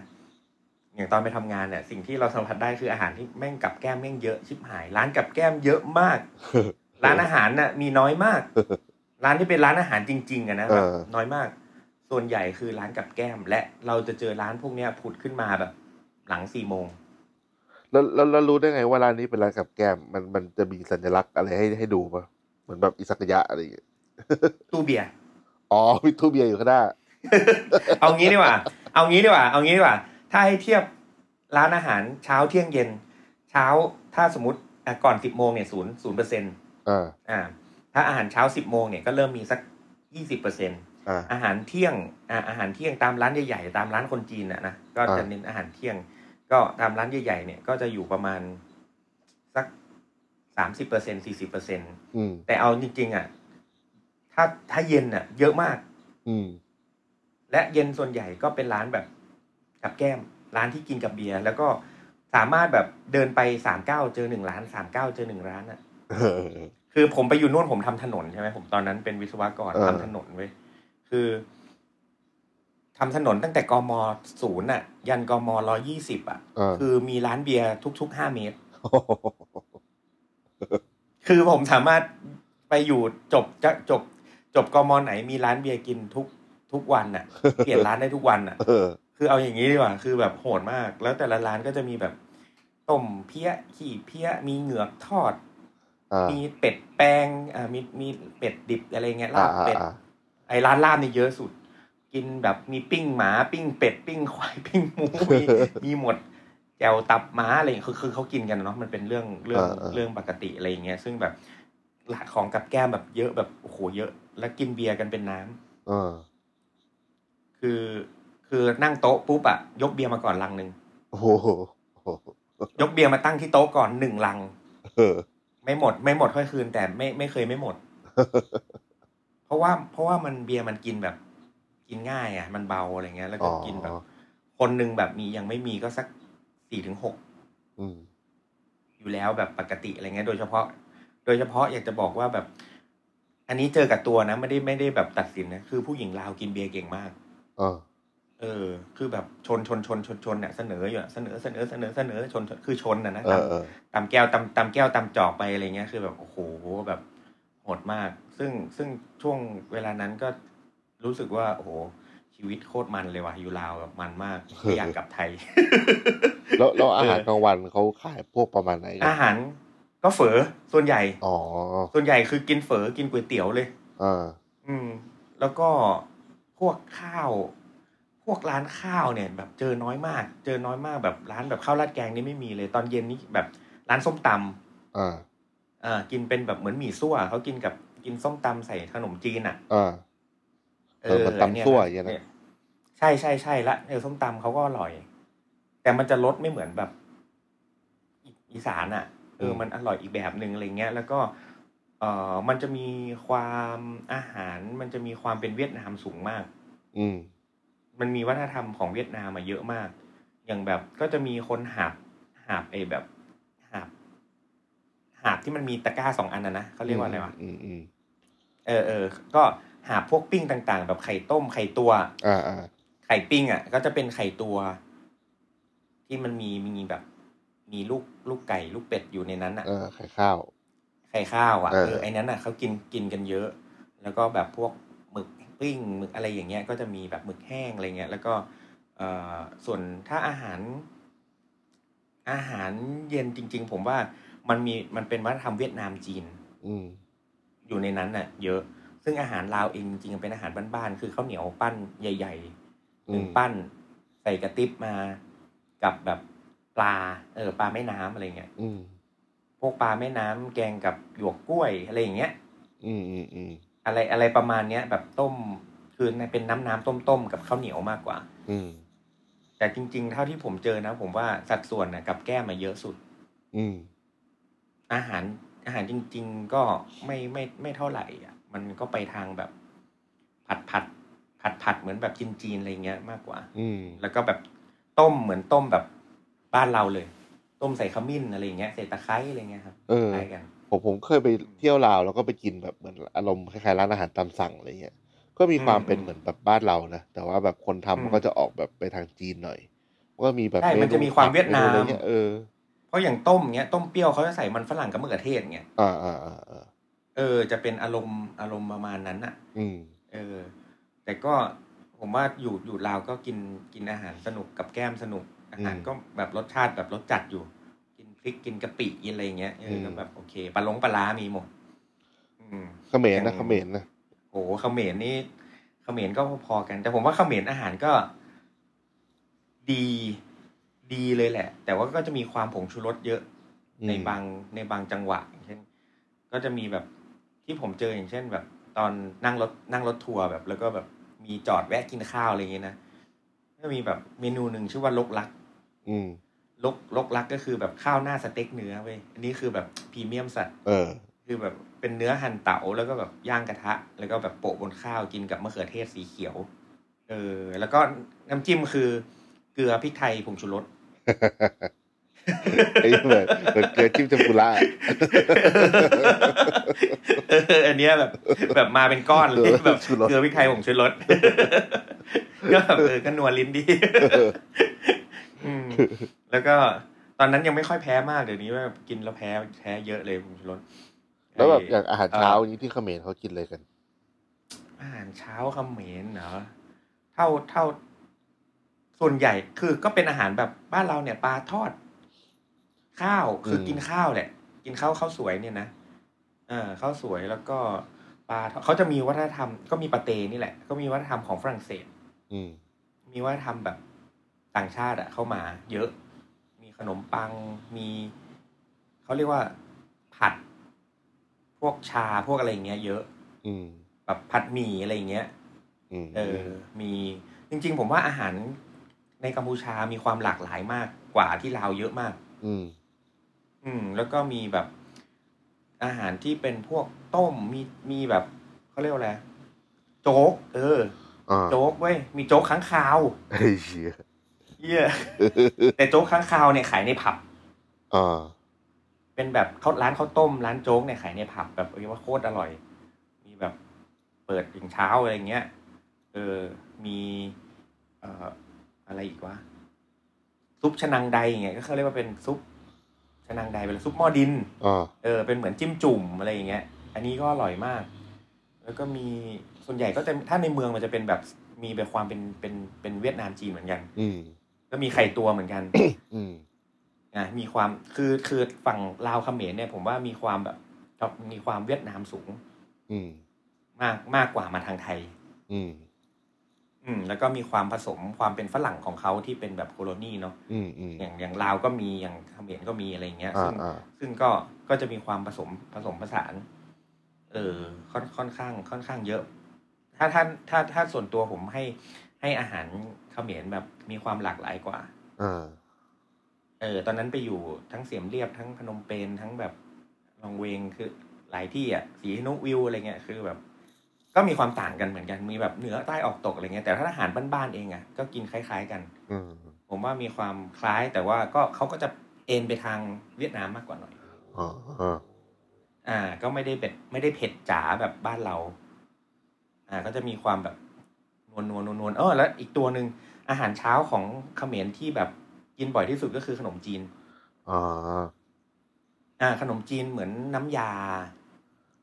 S5: อย่างตอนไปทำงานเนี่ย สิ่งที่เราสัมผัสได้คืออาหารที่แม่งกับแก้มแม่งเยอะชิบหาย ร้านกับแก้มเยอะมาก ร้านอาหารน่ะมีน้อยมาก ร้านที่เป็นร้านอาหารจริง ๆอะนะแบบน้อยมาก ส่วนใหญ่คือร้านกับแก้ม และเราจะเจอร้านพวกเนี้ยผุดขึ้นมาแบบ หลังสี่โมง
S4: แล้วแล้วแล้วรู้ได้ไงว่าร้านนี้เป็นร้านกับแกล้มมันมันจะมีสัญลักษณ์อะไรให้ให้ดูปะเหมือนแบบอิสักยะอะไรอย่างเงี้ย
S5: ตู้เบียร์
S4: อ๋ อมีทูเบียร์อยู่ข้างหน้า
S5: เอางี้ดีกว่า เอางี้ดีกว่า เอางี้ดีกว่า ถ้าให้เทียบร้านอาหารเช้าเที่ยงเย็น เช้าถ้าสมมติอ่ะก่อนสิบโมงเนี่ยศูนย์ศูนย์เปอร์เซ็นต์
S4: อ่า
S5: อ่า ถ้าอาหารเช้าสิบโมงเนี่ยก็เริ่มมีสักยี่สิบเปอร์เซ็นต์
S4: อ่า
S5: อาหารเที่ยงอ่าอาหารเที่ยงตามร้านใหญ่ๆตามร้านคนจีนอ่ะนะก็
S4: อ่า
S5: จะเน้นอาหารเที่ยง ก็ตามร้านใหญ่ๆเนี่ยก็จะอยู่ประมาณสักสามสิบเปอร์เซ็นสี่สิบเปอร์เซ็น
S4: อืม
S5: แต่เอาจริงๆอ่ะถ้าถ้าเย็นอ่ะ เยอะมาก
S4: อื ม
S5: และเย็นส่วนใหญ่ก็เป็นร้านแบบกับแก้ม ร้านที่กินกับเบียร์แล้วก็สามารถแบบเดินไปสามเก้าเจอหนึ่งร้านสามเก้าเจอหนึ่งร้านอะ
S4: เออ
S5: คือผมไปอยู่นู่นผมทำถนนใช่ไหมผมตอนนั้นเป็นวิศวกร
S4: เออ
S5: ทำถนนเว้ย คือทำถนนตั้งแต่กมศูนย์อ่ะ ยันกมร้อยี่สิบอ่ะ
S4: เออ
S5: คือมีร้านเบียร์ทุกๆห้าเมตร คือผมสามารถไปอยู่จบจะจบ จบกมไหนมีร้านเบียร์กินทุกทุกวันอ่ะ เปลี่ยนร้านได้ทุกวันอ่ะ
S4: เออ
S5: คือเอาอย่างนี้ดีกว่า คือแบบโหดมาก แล้วแต่ละร้านก็จะมีแบบต้มเพี้ย ขี่เพี้ย มีเหงือกทอด
S4: อ่า
S5: มีเป็ดแป้งอ่ามีมีเป็ดดิบอะไรเงี้ยลาบ
S4: อ่า
S5: เป็ด
S4: อ่า
S5: ไอ้ร้านลาบนี่เยอะสุด กินแบบมีปิ้งหมา ปิ้งเป็ด ปิ้งควาย ปิ้งหมู มีมีหมดแจวตับม้าอะไรอย่างเงี้ยคือคือเขากินกันเนาะ มันเป็นเรื่องเรื่อง
S4: อ่าอ่า
S5: เรื่องปกติอะไรอย่างเงี้ย ซึ่งแบบหลาดของกับแก้มแบบเยอะแบบโอ้โหเยอะ แล้วกินเบียร์กันเป็นน้ำ
S4: เออ
S5: คือคือนั่งโต๊ะปุ๊บอะยกเบียร์มาก่อนลังหนึ่ง
S4: โอ้โห
S5: ยกเบียร์มาตั้งที่โต๊ะก่อนหนึ่งลัง
S4: เออ
S5: ไม่หมดไม่หมดค่อยคืน แต่ไม่ไม่เคยไม่ หมด เพราะว่าเพราะว่ามันเบียร์มันกินแบบ กินง่ายอ่ะ มันเบาอะไรเงี้ย แล้วก็
S4: อ๋อ
S5: กินแบบ คนหนึ่งแบบมียังไม่มีก็สักสี่ถึงหก
S4: อืม
S5: อยู่แล้วแบบปกติอะไรเงี้ย โดยเฉพาะ โดยเฉพาะอยากจะบอกว่าแบบ อันนี้เจอกับตัวนะไม่ได้ไม่ได้แบบตัดสินนะคือผู้หญิงลาวกินเบียร์เก่งมาก
S4: เออ
S5: เออ คือแบบชนชนชนชนชนเนี่ยเสนออยู่อะเสนอเสนอเสนอเสนอชนชนคือชนนะนะ
S4: เอ
S5: ตาม
S4: อ เออ
S5: ตามแก้วตามตามแก้วตามจอกไปอะไรเงี้ย คือแบบโอ้โหแบบโหดมาก ซึ่งซึ่งช่วงเวลานั้นก็รู้สึกว่า โอ้โห ชีวิตโคตรมันเลยว่ะอยู่ลาวแบบมันมากไม่อยากกลับไทย
S4: แล้วแล้วอาหารกลางวันเขาขายพวกประมาณไหนกัน
S5: อาหารก็เฝอส่วนใหญ่
S4: อ๋อ
S5: ส่วนใหญ่คือกินเฝอกินก๋วยเตี๋ยวเลย
S4: เออ
S5: อืม แล้วก็พวกข้าว พวกร้านข้าวเนี่ย แบบเจอน้อยมาก เจอน้อยมากแบบร้านแบบข้าวราดแกงนี่ไม่มีเลย ตอนเย็นนี่แบบร้านส้มต
S4: อ่า
S5: ำเอ่ากินเป็นแบบเหมือนหมี่ซั่วเขากินกับกินส้มตำใส่ขนมจีนอ่ะ
S4: อ่า เออมันตำซั่วอย่างเงี้ยนะ
S5: เใช่ใช่ใช่ละเออส้มตำเขาก็อร่อย แต่มันจะรสไม่เหมือนแบบ อีอีสานอ่ะเออมันอร่อยอีกแบบหนึ่งอะไรเงี้ย แล้วก็ เอ่อมันจะมีความอาหาร มันจะมีความเป็นเวียดนามสูงมาก
S4: อืม
S5: มันมีวัฒนธรรมของเวียดนามมาเยอะมาก อย่างแบบก็จะมีคนหาบหาบไอ้แบบหาบหาบที่มันมีตะกร้าสองอันนะนะเขาเรียกว่าอะไรวะ
S4: อืมอืม
S5: เออเออก็หาบพวกปิ้งต่าง ๆ แบบไข่ต้มไข่ตัว
S4: อ่าอ่า
S5: ไข่ปิ้งอ่ะ ก็จะเป็นไข่ตัว ที่มันมีมีแบบ มีลูกลูกไก่ลูกเป็ดอยู่ในนั้นอ่ะ
S4: เออ ไข่ข้าว
S5: ไข่ข้าวอ่ะ
S4: เออ
S5: เออไอ้นั้นอ่ะเขากินกินกันเยอะ แล้วก็แบบพวกหมึกปิ้งหมึกอะไรอย่างเงี้ย ก็จะมีแบบหมึกแห้งอะไรเงี้ย แล้วก็เอ่อส่วนถ้าอาหาร อาหารเย็นจริง ๆ ผมว่ามันมีมันเป็นวัฒนธรรมเวียดนามจีน
S4: อืม
S5: อยู่ในนั้นน่ะ เยอะ ซึ่งอาหารลาวเองจริงๆเป็นอาหารบ้านๆ คือข้าวเหนียวปั้นใหญ่ๆหนึ่ง
S4: อืม
S5: ปั้น ใส่กระติบมากับแบบปลา เออ ปลาแม่น้ำอะไรเงี้ย
S4: อืม
S5: พวกปลาแม่น้ำแกงกับหยวกกล้วยอะไรอย่างเงี้ย
S4: อืมอืมอืม
S5: อะไรอะไรประมาณเนี้ยแบบต้ม คือเป็นน้ำน้ำต้มต้มๆกับข้าวเหนียวมากกว่า
S4: อืม
S5: แต่จริง ๆ เท่าที่ผมเจอนะ ผมว่าสัดส่วนนะกับแก้มมาเยอะสุด
S4: อืม
S5: อาหารอาหารจริง ๆ ก็ไม่ไม่ไม่เท่าไหร่อ่ะ มันก็ไปทางแบบผัดผัดผัดผัดเหมือนแบบจีนๆอะไรเงี้ยมากกว่า
S4: อืม
S5: แล้วก็แบบต้มเหมือนต้มแบบบ้านเราเลย ต้มใส่ขมิ้นอะไรเงี้ยใส่ตะไคร้อะไรเงี้ยครับ
S4: เออ
S5: ใส่กัน
S4: ผมผมเคยไปเที่ยวลาวแล้วก็ไปกินแบบเหมือนอารมณ์คล้ายๆร้านอาหารตามสั่งอะไรเงี้ย ก็มีความ
S5: อืม
S4: เป็นเหมือนแบบบ้านเรานะ แต่ว่าแบบคนทำ
S5: อืม
S4: มันก็จะออกแบบไปทางจีนหน่อย ก็มีแบบ
S5: ใช่มันจะมีความเวียดนาม
S4: อะไรเงี้ยเออ
S5: เพราะอย่างต้มเงี้ยต้มเปรี้ยวเขาจะใส่มันฝรั่งกับมะเขือเทศเงี้ย
S4: อ่าอ่าอ่าอ่า
S5: เออจะเป็นอารมณ์อารมณ์ประมาณนั้นอ่ะ
S4: อืม
S5: เออ แต่ก็ผมว่าอยู่อยู่ลาวก็กินกินอาหารสนุกกับแก้มสนุก อาหาร
S4: อืม
S5: ก็แบบรสชาติแบบรสจัดอยู่ กินพริกกินกะปิกินอะไรอย่างเงี้ยเออ
S4: ม
S5: ก็แบบโอเคปลาลงปลาล้ามีหมด อืม
S4: เขมรนะ
S5: อืม
S4: เขมรนะ
S5: โอ้โหเขมรนี่เขมรก็พอๆกัน แต่ผมว่าเขมรอาหารก็ ดีดีเลยแหละ แต่ว่าก็จะมีความผงชูรสเยอะ
S4: อืม
S5: ในบางในบางจังหวะอย่างเช่น ก็จะมีแบบที่ผมเจออย่างเช่น แบบ ตอนนั่งรถนั่งรถทัวร์แบบ แล้วก็แบบมีจอดแวะกินข้าวอะไรอย่างเงี้ยนะก็มีแบบเมนูหนึ่งชื่อว่าลกลัก
S4: อืม
S5: ลกลกลักก็คือแบบข้าวหน้าสเต็กเนื้อเว้ยอันนี้คือแบบพรีเมียมสัตว์
S4: เอ อ
S5: คือแบบเป็นเนื้อหั่นเต๋าแล้วก็แบบย่างกระทะ แล้วก็แบบโปะบนข้าวกินกับมะเขือเทศสีเขียว เออ แล้วก็น้ำจิ้มคือเกลือพริกไทยผงชูรส
S4: ไอ้เหมือนเหมือนเกลือจิ้มจมปุระ
S5: เอออันเนี้ยแบบแบบมาเป็นก้อนเลย
S4: เออ
S5: แบบ
S4: ชูรส
S5: เกลือพริกไทยผงชูรส ก็แบบเออก็นัวลิ้นดี อืมแล้วก็ตอนนั้นยังไม่ค่อยแพ้มากเดี๋ยวนี้ว่ากินแล้วแพ้แพ้เยอะเลยผงชูรส
S4: แล้วแบบ
S5: ไ
S4: อย่างอาหารเช้าอย่างนี้ที่เขมรเขากินเลยกัน
S5: อาหารเช้าเขมรเหรอเท่าเท่าส่วนใหญ่คือก็เป็นอาหารแบบบ้านเราเนี่ยปลาทอด ข้าวคืออ
S4: ม
S5: กินข้าวแหละ กินข้าวข้าวสวยเนี่ยนะเออข้าวสวยแล้วก็ปลาทอดเขาจะมีวัฒนธรรมก็มีปาเตนี่แหละ ก็มีวัฒนธรรมของฝรั่งเศส
S4: อืม
S5: มีวัฒนธรรมแบบต่างชาติอะเข้ามาเยอะ มีขนมปัง มีเขาเรียกว่า ผัด พวกชาพวกอะไรอย่างเงี้ยเยอะ
S4: อืม
S5: แบบผัดหมี่อะไรอย่างเงี้ย
S4: อืม
S5: เออ มี จริง ๆ ผมว่าอาหารในกัมพูชามีความหลากหลายมากกว่าที่ลาวเยอะมาก
S4: อืม
S5: อืม แล้วก็มีแบบอาหารที่เป็นพวกต้ม มี มีแบบเขาเรียกว่าอะไร โจ๊ก เออ
S4: อ่า
S5: โจ๊กเว้ย มีโจ๊กค้างคาว
S4: ไอ้เหี้ย
S5: เยี่ยแต่โจ๊กค้างคาวเนี่ยขายในผับ
S4: อ่า
S5: เป็นแบบเขาร้านข้าวต้ม ร้านโจ๊กเนี่ยขายในผับแบบเรียกว่าโคตรอร่อย มีแบบเปิดถึงเช้าอะไรเงี้ย เออ มีเอ่ออะไรอีกวะซุปชะนังใดอย่างเงี้ยก็เขาเรียกว่าเป็นซุปชะนังใดเป็นซุปหม้อดิน
S4: อ่า
S5: เออเป็นเหมือนจิ้มจุ่มอะไรอย่างเงี้ย อันนี้ก็อร่อยมาก แล้วก็มีส่วนใหญ่ก็จะถ้าในเมืองมันจะเป็นแบบมีแบบความเป็นเป็นเป็นเวียดนามจีนเหมือนกัน
S4: อืม
S5: ก็มีไข่ตัวเหมือนกัน
S4: อืม
S5: นะมีความคือคือฝั่งลาวเขมรเนี่ย ผมว่ามีความแบบมีความเวียดนามสูง
S4: อืม
S5: มากมากกว่ามาทางไทย
S4: อืม
S5: อืมแล้วก็มีความผสมความเป็นฝรั่งของเขาที่เป็นแบบโคโลนีเนาะ
S4: อืมอืม
S5: อย่างอย่างลาวก็มีอย่างเขมรก็มีอะไรอย่างเงี้ย
S4: อ่า
S5: ซึ่ง
S4: อ่า
S5: ซึ่งก็ก็จะมีความผสมผสมผสาน เออค่อนค่อนข้างค่อนข้างเยอะ ถ้าท่านถ้าถ้าส่วนตัวผมให้ให้อาหารเขมรแบบมีความหลากหลายกว่า
S4: อ่า
S5: เออตอนนั้นไปอยู่ทั้งเสียมเรียบทั้งพนมเปญทั้งแบบลองเวงคือหลายที่อ่ะสีนุวิวอะไรเงี้ยคือแบบ ก็มีความต่างกันเหมือนกันมีแบบเหนือใต้ออกตกอะไรเงี้ยแต่ถ้าอาหารบ้านๆเองอ่ะก็กินคล้ายๆกัน
S4: อืม
S5: ผมว่ามีความคล้ายแต่ว่าก็เขาก็จะเอนไปทางเวียดนามมากกว่าหน่อย
S4: อ่าอ่า
S5: อ่า ก็ไม่ได้เผ็ดไม่ได้เผ็ดจ๋าแบบบ้านเรา อ่า ก็จะมีความแบบนวลนวลนวลนวลเออแล้วอีกตัวหนึ่งอาหารเช้าของเขมรที่แบบกินบ่อยที่สุดก็คือขนมจีน
S4: อ่า
S5: อ่าขนมจีนเหมือนน้ำยา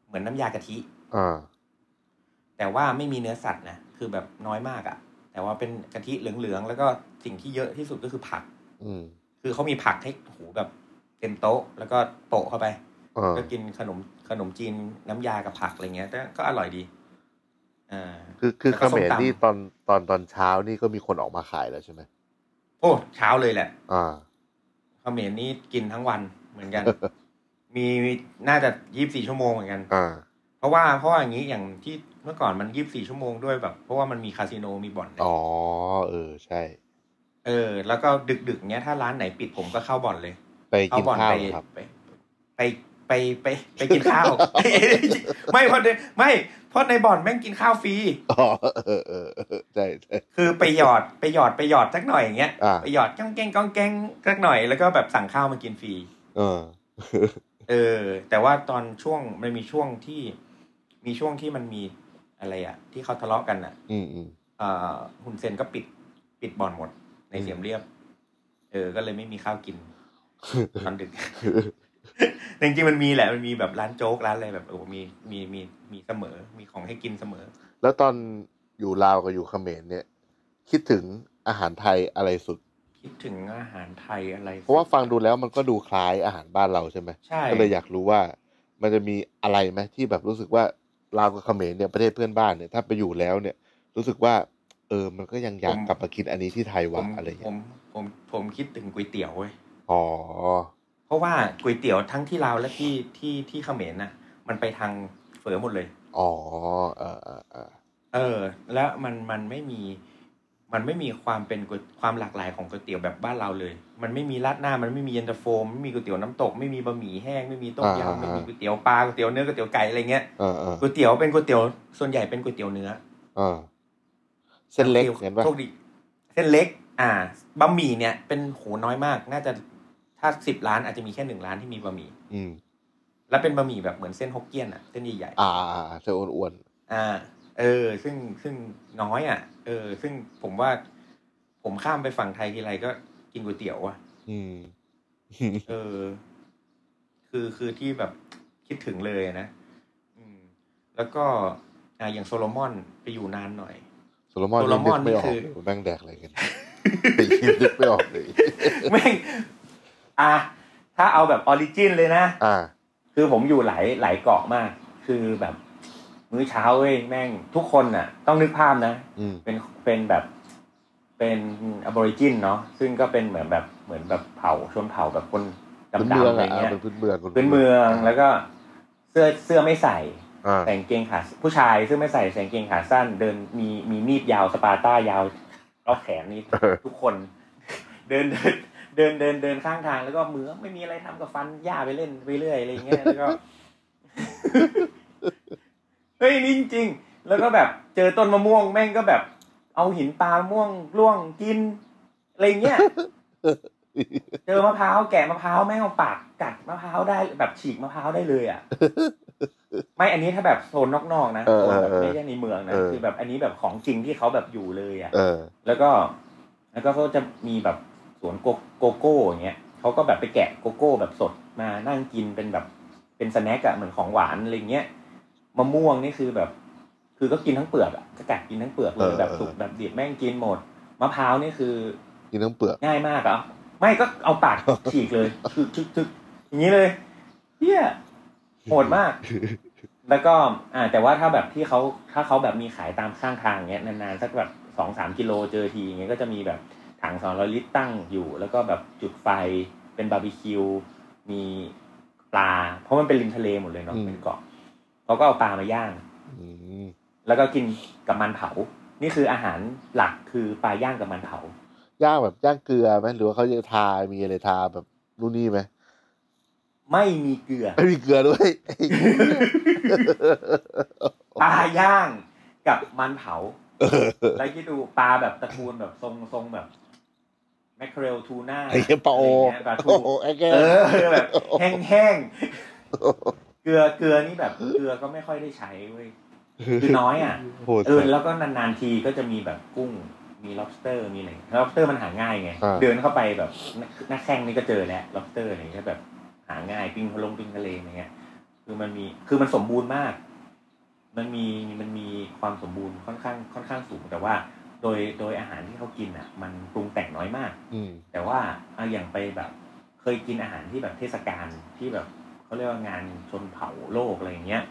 S5: เหมือนน้ำยากะทิ
S4: อ่า
S5: แต่ว่าไม่มีเนื้อสัตว์นะคือแบบน้อยมากอะ่ะ แต่ว่าเป็นกะทิเหลืองๆแล้วก็สิ่งที่เยอะที่สุดก็คือผัก
S4: อืม
S5: คือเขามีผักให้โอ้โหูแบบเต็มโต๊ะ แล้วก็โปะเข้าไป
S4: อ่า
S5: ก็กินขนมขนมจีนน้ำยากับผักอะไรเงี้ยแต่ก็อร่อยดีอ่า
S4: คือคือ
S5: แล้ว
S4: เข
S5: ก็ส้
S4: มร
S5: มตำ
S4: นี่ตอนตอนตอนเช้านี่ก็มีคนออกมาขายแล้วใช่ไหม
S5: โอ้เช้าเลยแหละ
S4: อ่า
S5: เขมรนี่กินทั้งวันเหมือนกัน มีน่าจะยี่สิบสี่ชั่วโมงเหมือนกัน
S4: อ่า
S5: เพราะว่าเพราะว่าอย่างนี้อย่างที่เมื่อก่อนมันยี่สิบสี่ชั่วโมงด้วยแบบ เพราะว่ามันมีคาสิโนมีบ่อน
S4: อ๋อ เออ ใช่
S5: เออ แล้วก็ดึกดึกๆเนี้ยถ้าร้านไหนปิดผมก็เข้าบ่อนเลย
S4: ไป
S5: เข้า
S4: กิน
S5: บ่อน
S4: ข้าว
S5: ไป
S4: เหรอครับ
S5: ไปไปไปไปไปกินข้าว ไม่เพราะในไม่เพราะในบ่อนแม่งกินข้าวฟรี
S4: อ๋อ เออเออเออใช่ใช่
S5: คือไปหยอดไปหยอดไปหยอดสักหน่อยอย่างเงี้ย
S4: อ่า
S5: ไปหยอดก้องแกงก้องแกงสักหน่อยแล้วก็แบบสั่งข้าวมากินฟรี
S4: เออ
S5: เออ แต่ว่าตอนช่วงมันมีช่วงที่มีช่วงที่มันมีอะไรอะที่เขาทะเลาะกันอะ
S4: อืมอืม
S5: เอ่อฮุนเซนก็ปิดปิดบ่อนหมดใน
S4: อืม
S5: เสียมเรียบ เออ ก็เลยไม่มีข้าว กิน ตอนดึก แต่จริงๆมันมีแหละ มันมีแบบร้านโจ๊กร้านอะไรแบบโอ้มีมีมีมีเสมอ มีของให้กินเสมอ
S4: แล้วตอนอยู่ลาวกับอยู่เขมรเนี่ย คิดถึงอาหารไทยอะไรสุด
S5: คิดถึงอาหารไทยอะไร
S4: เพราะว่าฟังดูแล้วมันก็ดูคล้ายอาหารบ้านเราใช่ไหม
S5: ใช่
S4: ก็เลยอยากรู้ว่ามันจะมีอะไรไหมที่แบบรู้สึกว่าลาวกับเขมรเนี่ยประเทศเพื่อนบ้านเนี่ยถ้าไปอยู่แล้วเนี่ย รู้สึกว่า เออ มันก็ยังอยากกลับมากินอันนี้ที่ไทย
S5: ผ
S4: วะ
S5: ม
S4: อะไร
S5: ผ
S4: เงี้ย
S5: มผมผมคิดถึงก๋วยเตี๋ยวเว้ย
S4: อ๋อ
S5: เพราะว่าก๋วยเตี๋ยวทั้งที่ลาวและที่ที่ที่เขมรน่ะ มันไปทางเฝอหมดเลย
S4: อ๋อเออเออเออ
S5: เออ แล้วมันมันไม่มีมันไม่มีความเป็นก๋วยความหลากหลายของก๋วยเตี๋ยวแบบบ้านเราเลย มันไม่มีราดหน้ามันไม่มีเย็นตาโฟมไม่มีก๋วยเตี๋ยวน้ำตกไม่มีบะหมี่แห้งไม่มีต้มยำไม่มีก๋วยเตี๋ยวปลาก๋วยเตี๋ยวเนื้อก๋วยเตี๋ยวไก่อะไรเงี้ย
S4: เออเออ
S5: ก๋วยเตี๋ยวเป็นก๋วยเตี๋ยวส่วนใหญ่เป็นก๋วยเตี๋ยวเนื้อ
S4: เออเส้นเล็ก
S5: ตี๋ยว
S4: เห็นปะ
S5: โชคดีเส้นเล็ก อ่าบะหมี่เนี่ยเป็นโหน้อยมาก น่าจะถ้าสิบร้านอาจจะมีแค่หนึ่งร้านที่มีบะหมี่
S4: อืม
S5: แล้วเป็นบะหมี่แบบเหมือนเส้นฮกเกี้ยนอ่ะเส้นใหญ่ๆ
S4: อ่าเธออ้วน
S5: อ่าเออ ซึ่งซึ่งน้อยอ่ะ เออ ซึ่งผมว่า ผมข้ามไปฝั่งไทยทีไรก็กินก๋วยเตี๋ยวอ่ะ
S4: ๆอืม
S5: เออ คือคือที่แบบคิดถึงเลยนะอืม แล้วก็อ่าอย่างโซโลมอนไปอยู่นานหน่อย
S4: โซโลมอน
S5: โซโล
S4: ยัง
S5: ม
S4: นึ
S5: อก น
S4: ไม่ออก
S5: นี่
S4: เลย
S5: คือ
S4: ว่าแม่งแดกอะไรกัน ไปคิดนึกไม่ออกเลย
S5: แม่งอ่ะถ้าเอาแบบออริจินเลยนะ
S4: อ่า
S5: คือผมอยู่หลายหลายเกาะมาก คือแบบ มื้อเช้าเว้ยแม่ง ทุกคนน่ะ ต้องนึกภาพนะ
S4: อืม
S5: เป็นเป็นแบบเป็นอบอริจินเนาะซึ่งก็เป็นเหมือนแบบเหมือนแบบเผ่าชนเผ่าแบบคน
S4: พื้น
S5: ดำ
S4: เมือ
S5: ๆ
S4: ง
S5: อะไร
S4: อ่ะอ่า
S5: เงี้ย
S4: เป็นพื้นเมืองคุณ
S5: เป็นเมืองแล้วก็เสื้อเสื้อไม่ใส่
S4: อ่า
S5: แต่กางเกงขาผู้ชายเสื้อไม่ใส่แต่กางเกงขาสั้น เดินมีมีมีดยาวสปาร์ต้ายาวรอบแขนนี่ทุกคน เดินเดินเดินเดินเดินข้างทางแล้วก็มือไม่มีอะไรทำกับฟันหญ้าไปเล่นไปเรื่อยอะไรเงี้ย แล้วก็ เฮ้ยนี่จริงๆแล้วก็แบบเจอต้นมะม่วงแม่งก็แบบ เอาหินปลามะม่วงล่วงกินอะไรเงี้ย เจอมะพร้าวแกะมะพร้าวแม่งเอาปากกัดมะพร้าวได้แบบฉีกมะพร้าวได้เลย อ่ะ ไม่อันนี้ถ้าแบบโซนนอกๆนะ
S4: เออ
S5: โซน
S4: เออ
S5: แบบ
S4: เออ
S5: ไม่ใช่ในเมืองนะ
S4: เออ
S5: คือแบบอันนี้แบบของจริงที่เขาแบบอยู่เลยอ่ะ
S4: เออ
S5: แล้วก็แล้วก็เขาจะมีแบบสวนโกโกโก้อย่างเงี้ยเขาก็แบบไปแกะโกโก้แบบสดมานั่งกินเป็นแบบเป็นสแน็คอะเหมือนของหวานอะไรเงี้ยมะม่วงนี่คือแบบ คือก็กินทั้งเปลือกอะก็กัดกินทั้งเปลือกเลย
S4: เออ
S5: แบบ
S4: เออ
S5: สุกแบบดิบแม่งกินหมดมะพร้าวนี่คือ
S4: กินทั้งเปลือก
S5: ง่ายมากอะไม่ก็เอาปาก ฉีกเลย คือทึกทึกอย่างนี้เลยเฮียโหดมาก แล้วก็อ่าแต่ว่าถ้าแบบที่เขาถ้าเขาแบบมีขายตามข้างทางเงี้ยนานๆสักแบบสองสามกิโลเจอทีเงี้ยก็จะมีแบบถังสองร้อยลิตรตั้งอยู่ แล้วก็แบบจุดไฟเป็นบาร์บีคิว มีปลา เพราะมันเป็นริมทะเลหมดเลยเนาะ
S4: อืม
S5: เป็นเกาะเขาก็เอาปลามาย่าง
S4: อืม
S5: แล้วก็กินกับมันเผา นี่คืออาหารหลักคือปลาย่างกับมันเผา
S4: ย่างแบบย่างเกลือไหมหรือว่าเขาจะทา มีอะไรทาแบบนู่นนี่ไหม
S5: ไม่มีเกลือ
S4: ไม่มีเกลือด้วย ไอ้เหี้ย
S5: ปลาย่างกับมันเผา แล้วคิดดูปลาแบบตระกูลแบบทรงทรงแบบแมคเคเรลทูน่า
S4: ไอ้เหี้ยปลาโอ
S5: ไรเงี้ยปลาทู
S4: โอ้โหไอ้แก
S5: เออแบบแห้งๆ เกลือเกลือนี่แบบเกลือก็ไม่ค่อยได้ใช้เว้ยคือน้อยอ่ะ
S4: โหด
S5: เออ
S4: สัตว์
S5: แล้วก็นานๆทีก็จะมีแบบกุ้งมี lobster มีอะไร lobster มันหาง่ายไง
S4: อ่า
S5: เดินเข้าไปแบบหน้าแข้งนี่ก็เจอแล้ว lobster อะไรอย่างเงี้ยแบบหาง่ายปิ้งทะลงปิ้งทะเลอะไรเงี้ย คือมันมีคือมันสมบูรณ์มาก มันมีมันมีความสมบูรณ์ค่อนข้างค่อนข้างสูงแต่ว่า โดยโดยอาหารที่เขากินอ่ะ มันปรุงแต่งน้อยมาก
S4: อืม
S5: แต่ว่าเอาอย่างไปแบบเคยกินอาหารที่แบบเทศกาลที่แบบเขาเรียกว่างานชนเผ่าโลกอะไรอย่างเงี้ย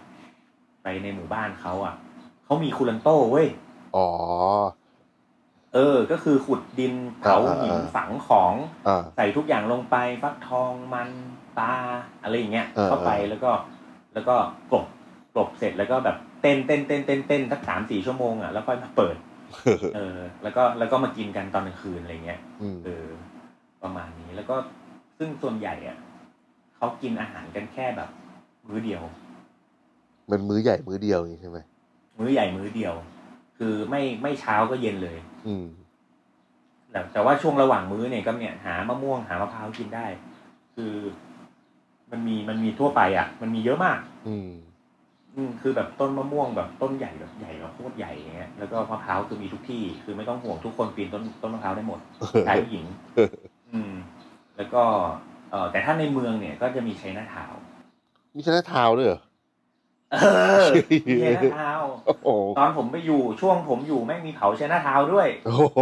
S5: ไปในหมู่บ้านเขาอ่ะเขามีคูลันโต้เว้ย
S4: อ๋อ
S5: เออ ก็คือขุดดินเผาหิน
S4: อ่าอ่า
S5: ฝังของ
S4: อ่า
S5: ใส่ทุกอย่างลงไปฟักทองมันปลาอะไรอย่างเงี้ย
S4: อ่า
S5: เข้าไป
S4: อ่า
S5: แล้วก็ แล้วก็กลบกลบเสร็จแล้วก็แบบเต้นเต้นเต้นเต้นเต้นสักสามสี่ชั่วโมงอ่ะแล้วค่อยมาเปิด เออ แล้วก็แล้วก็มากินกันตอนกลางคืนอะไรเงี้ย
S4: อืม
S5: เออประมาณนี้แล้วก็ซึ่งส่วนใหญ่อะเขากินอาหารกันแค่แบบ มื้อเดียว
S4: มันมื้อใหญ่มื้อเดียวอย่างนี้ใช่ไหม
S5: มื้อใหญ่มื้อเดียว คือไม่ไม่เช้าก็เย็นเลย
S4: อืม
S5: แต่แต่ว่าช่วงระหว่างมื้อเนี่ยก็เนี่ยหามะม่วงหามะพร้าวกินได้ คือมันมีมันมีทั่วไปอ่ะ มันมีเยอะมาก
S4: อืม
S5: อืมคือแบบต้นมะม่วงแบบต้นใหญ่แบบใหญ่แบบโคตรใหญ่อย่างเงี้ยแล้วก็มะพร้าวคือมีทุกที่ คือไม่ต้องห่วงทุกคนปีนต้นต้นมะพร้าวได้หมด ชายหญิง อืม แล้วก็เออแต่ถ้าในเมืองเนี่ยก็จะมีไชน่าทาวน์
S4: มีชนะทาวน์ด้วยเหรอ
S5: เออมีไชน่าทาวน์
S4: โอ้โห
S5: ตอนผมไปอยู่ช่วงผมอยู่แม่งมีเผาไชน่าทาวน์ด้วย
S4: โอ้โห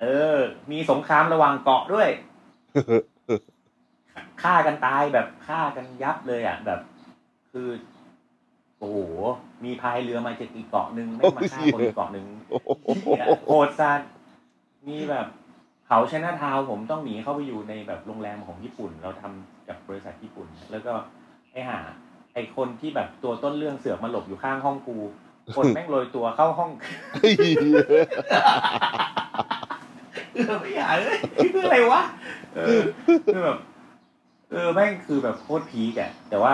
S5: เออ มีสงครามระหว่างเกาะด้วย ฆ่ากันตายแบบฆ่ากันยับเลยอ่ะแบบ คือ โอ้โหมีพายเรือมาจากอีกเกาะหนึ่งไม่งมาฆ่าคนอีกเกาะหนึ่ง เหี้ยโหดสัตว์มีแบบเขาชนะทาวน์ผมต้องหนีเข้าไปอยู่ในแบบโรงแรมของญี่ปุ่น เราทำกับบริษัทญี่ปุ่น แล้วก็ไอหาไอคนที่แบบตัวต้นเรื่องเสือกมาหลบอยู่ข้างห้องกู คนแม่งโรยตัวเข้าห้อง
S4: เฮ้ย
S5: เออไม่อยากเลยคืออะไรวะเออคือแบบเออแม่งคือแบบโคตรพีกอะแต่ว่า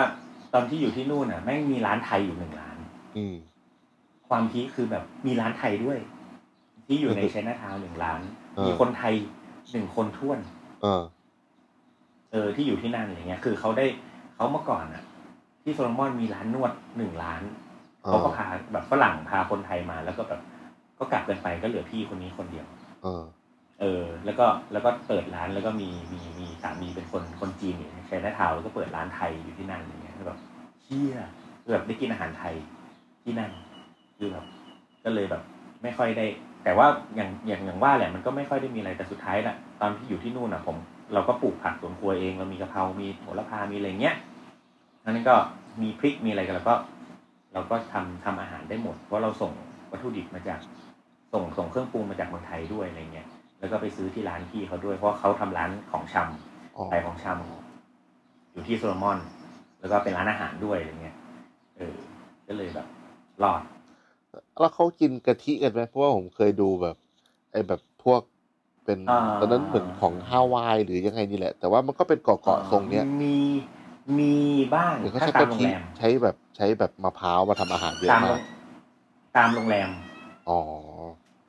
S5: ตอนที่อยู่ที่นู่นอ่ะแม่งมีร้านไทยอยู่หนึ่งร้าน
S4: อืม
S5: ความพีคคือแบบมีร้านไทยด้วย ที่อยู่ใน ไชน่าทาวน์หนึ่งร้าน
S4: เออ
S5: มีคนไทยหนึ่งคนท้วน
S4: เออ
S5: เออที่อยู่ที่นั่นอะไรเงี้ย คือเขาได้ เขาเมื่อก่อนอะที่โซโลมอนมีร้านนวดหนึ่งร้าน
S4: อ๋อ
S5: เขาก็พาแบบฝรั่งพาคนไทยมา แล้วก็แบบก็กลับกันไปก็เหลือพี่คนนี้คนเดียว
S4: เออ
S5: เออ แล้วก็แล้วก็เปิดร้านแล้วก็มีมีมีสามีเป็นคนคนจีนอยู่ในไชน่าทาวน์แล้วก็เปิดร้านไทยอยู่ที่นั่นอย่างเงี้ยแล้วแบบเชี่ยแบบได้กินอาหารไทยที่นั่นคือแบบก็เลยแบบไม่ค่อยได้ แต่ว่าอย่างอย่างอย่างว่าแหละมันก็ไม่ค่อยได้มีอะไรแต่สุดท้ายน่ะตอนที่อยู่ที่นู่นน่ะผม เราก็ปลูกผักสวนครัวเองเรามีกะเพรา มีโหระพา มีอะไรเงี้ยอันนั้นก็มีพริกมีอะไรกันแล้วก็ เราก็ทำทำอาหารได้หมด เพราะเราส่งวัตถุดิบมาจากส่งส่งเครื่องปรุงมาจากเมืองไทยด้วยอะไรเงี้ย แล้วก็ไปซื้อที่ร้านพี่เขาด้วย เพราะเขาทำร้านของชำ
S4: อ๋อ
S5: ขายของชำอยู่ที่โซโลมอน แล้วก็เป็นร้านอาหารด้วยอะไรเงี้ย เออ ก็เลยแบบรอด
S4: แล้วเขากินกะทิกันไหมเพราะว่าผมเคยดูแบบ ไอ้แบบพวกเป็น
S5: อ่า
S4: ตอนนั้นเหมือนของฮาวายหรือยังไงนี่แหละ แต่ว่ามันก็เป็นเกาะๆทรงเนี้ย
S5: มีมีบ้าง
S4: หรือเขา
S5: ถ้าตาก
S4: ใช้ะ
S5: มโรง
S4: ทิ
S5: แรม
S4: ใช้แบบใช้แบบมะพร้าวมาทำอาหารเยอะ
S5: ตามโร
S4: มาง ก
S5: ตามโรงแรม
S4: อ๋อ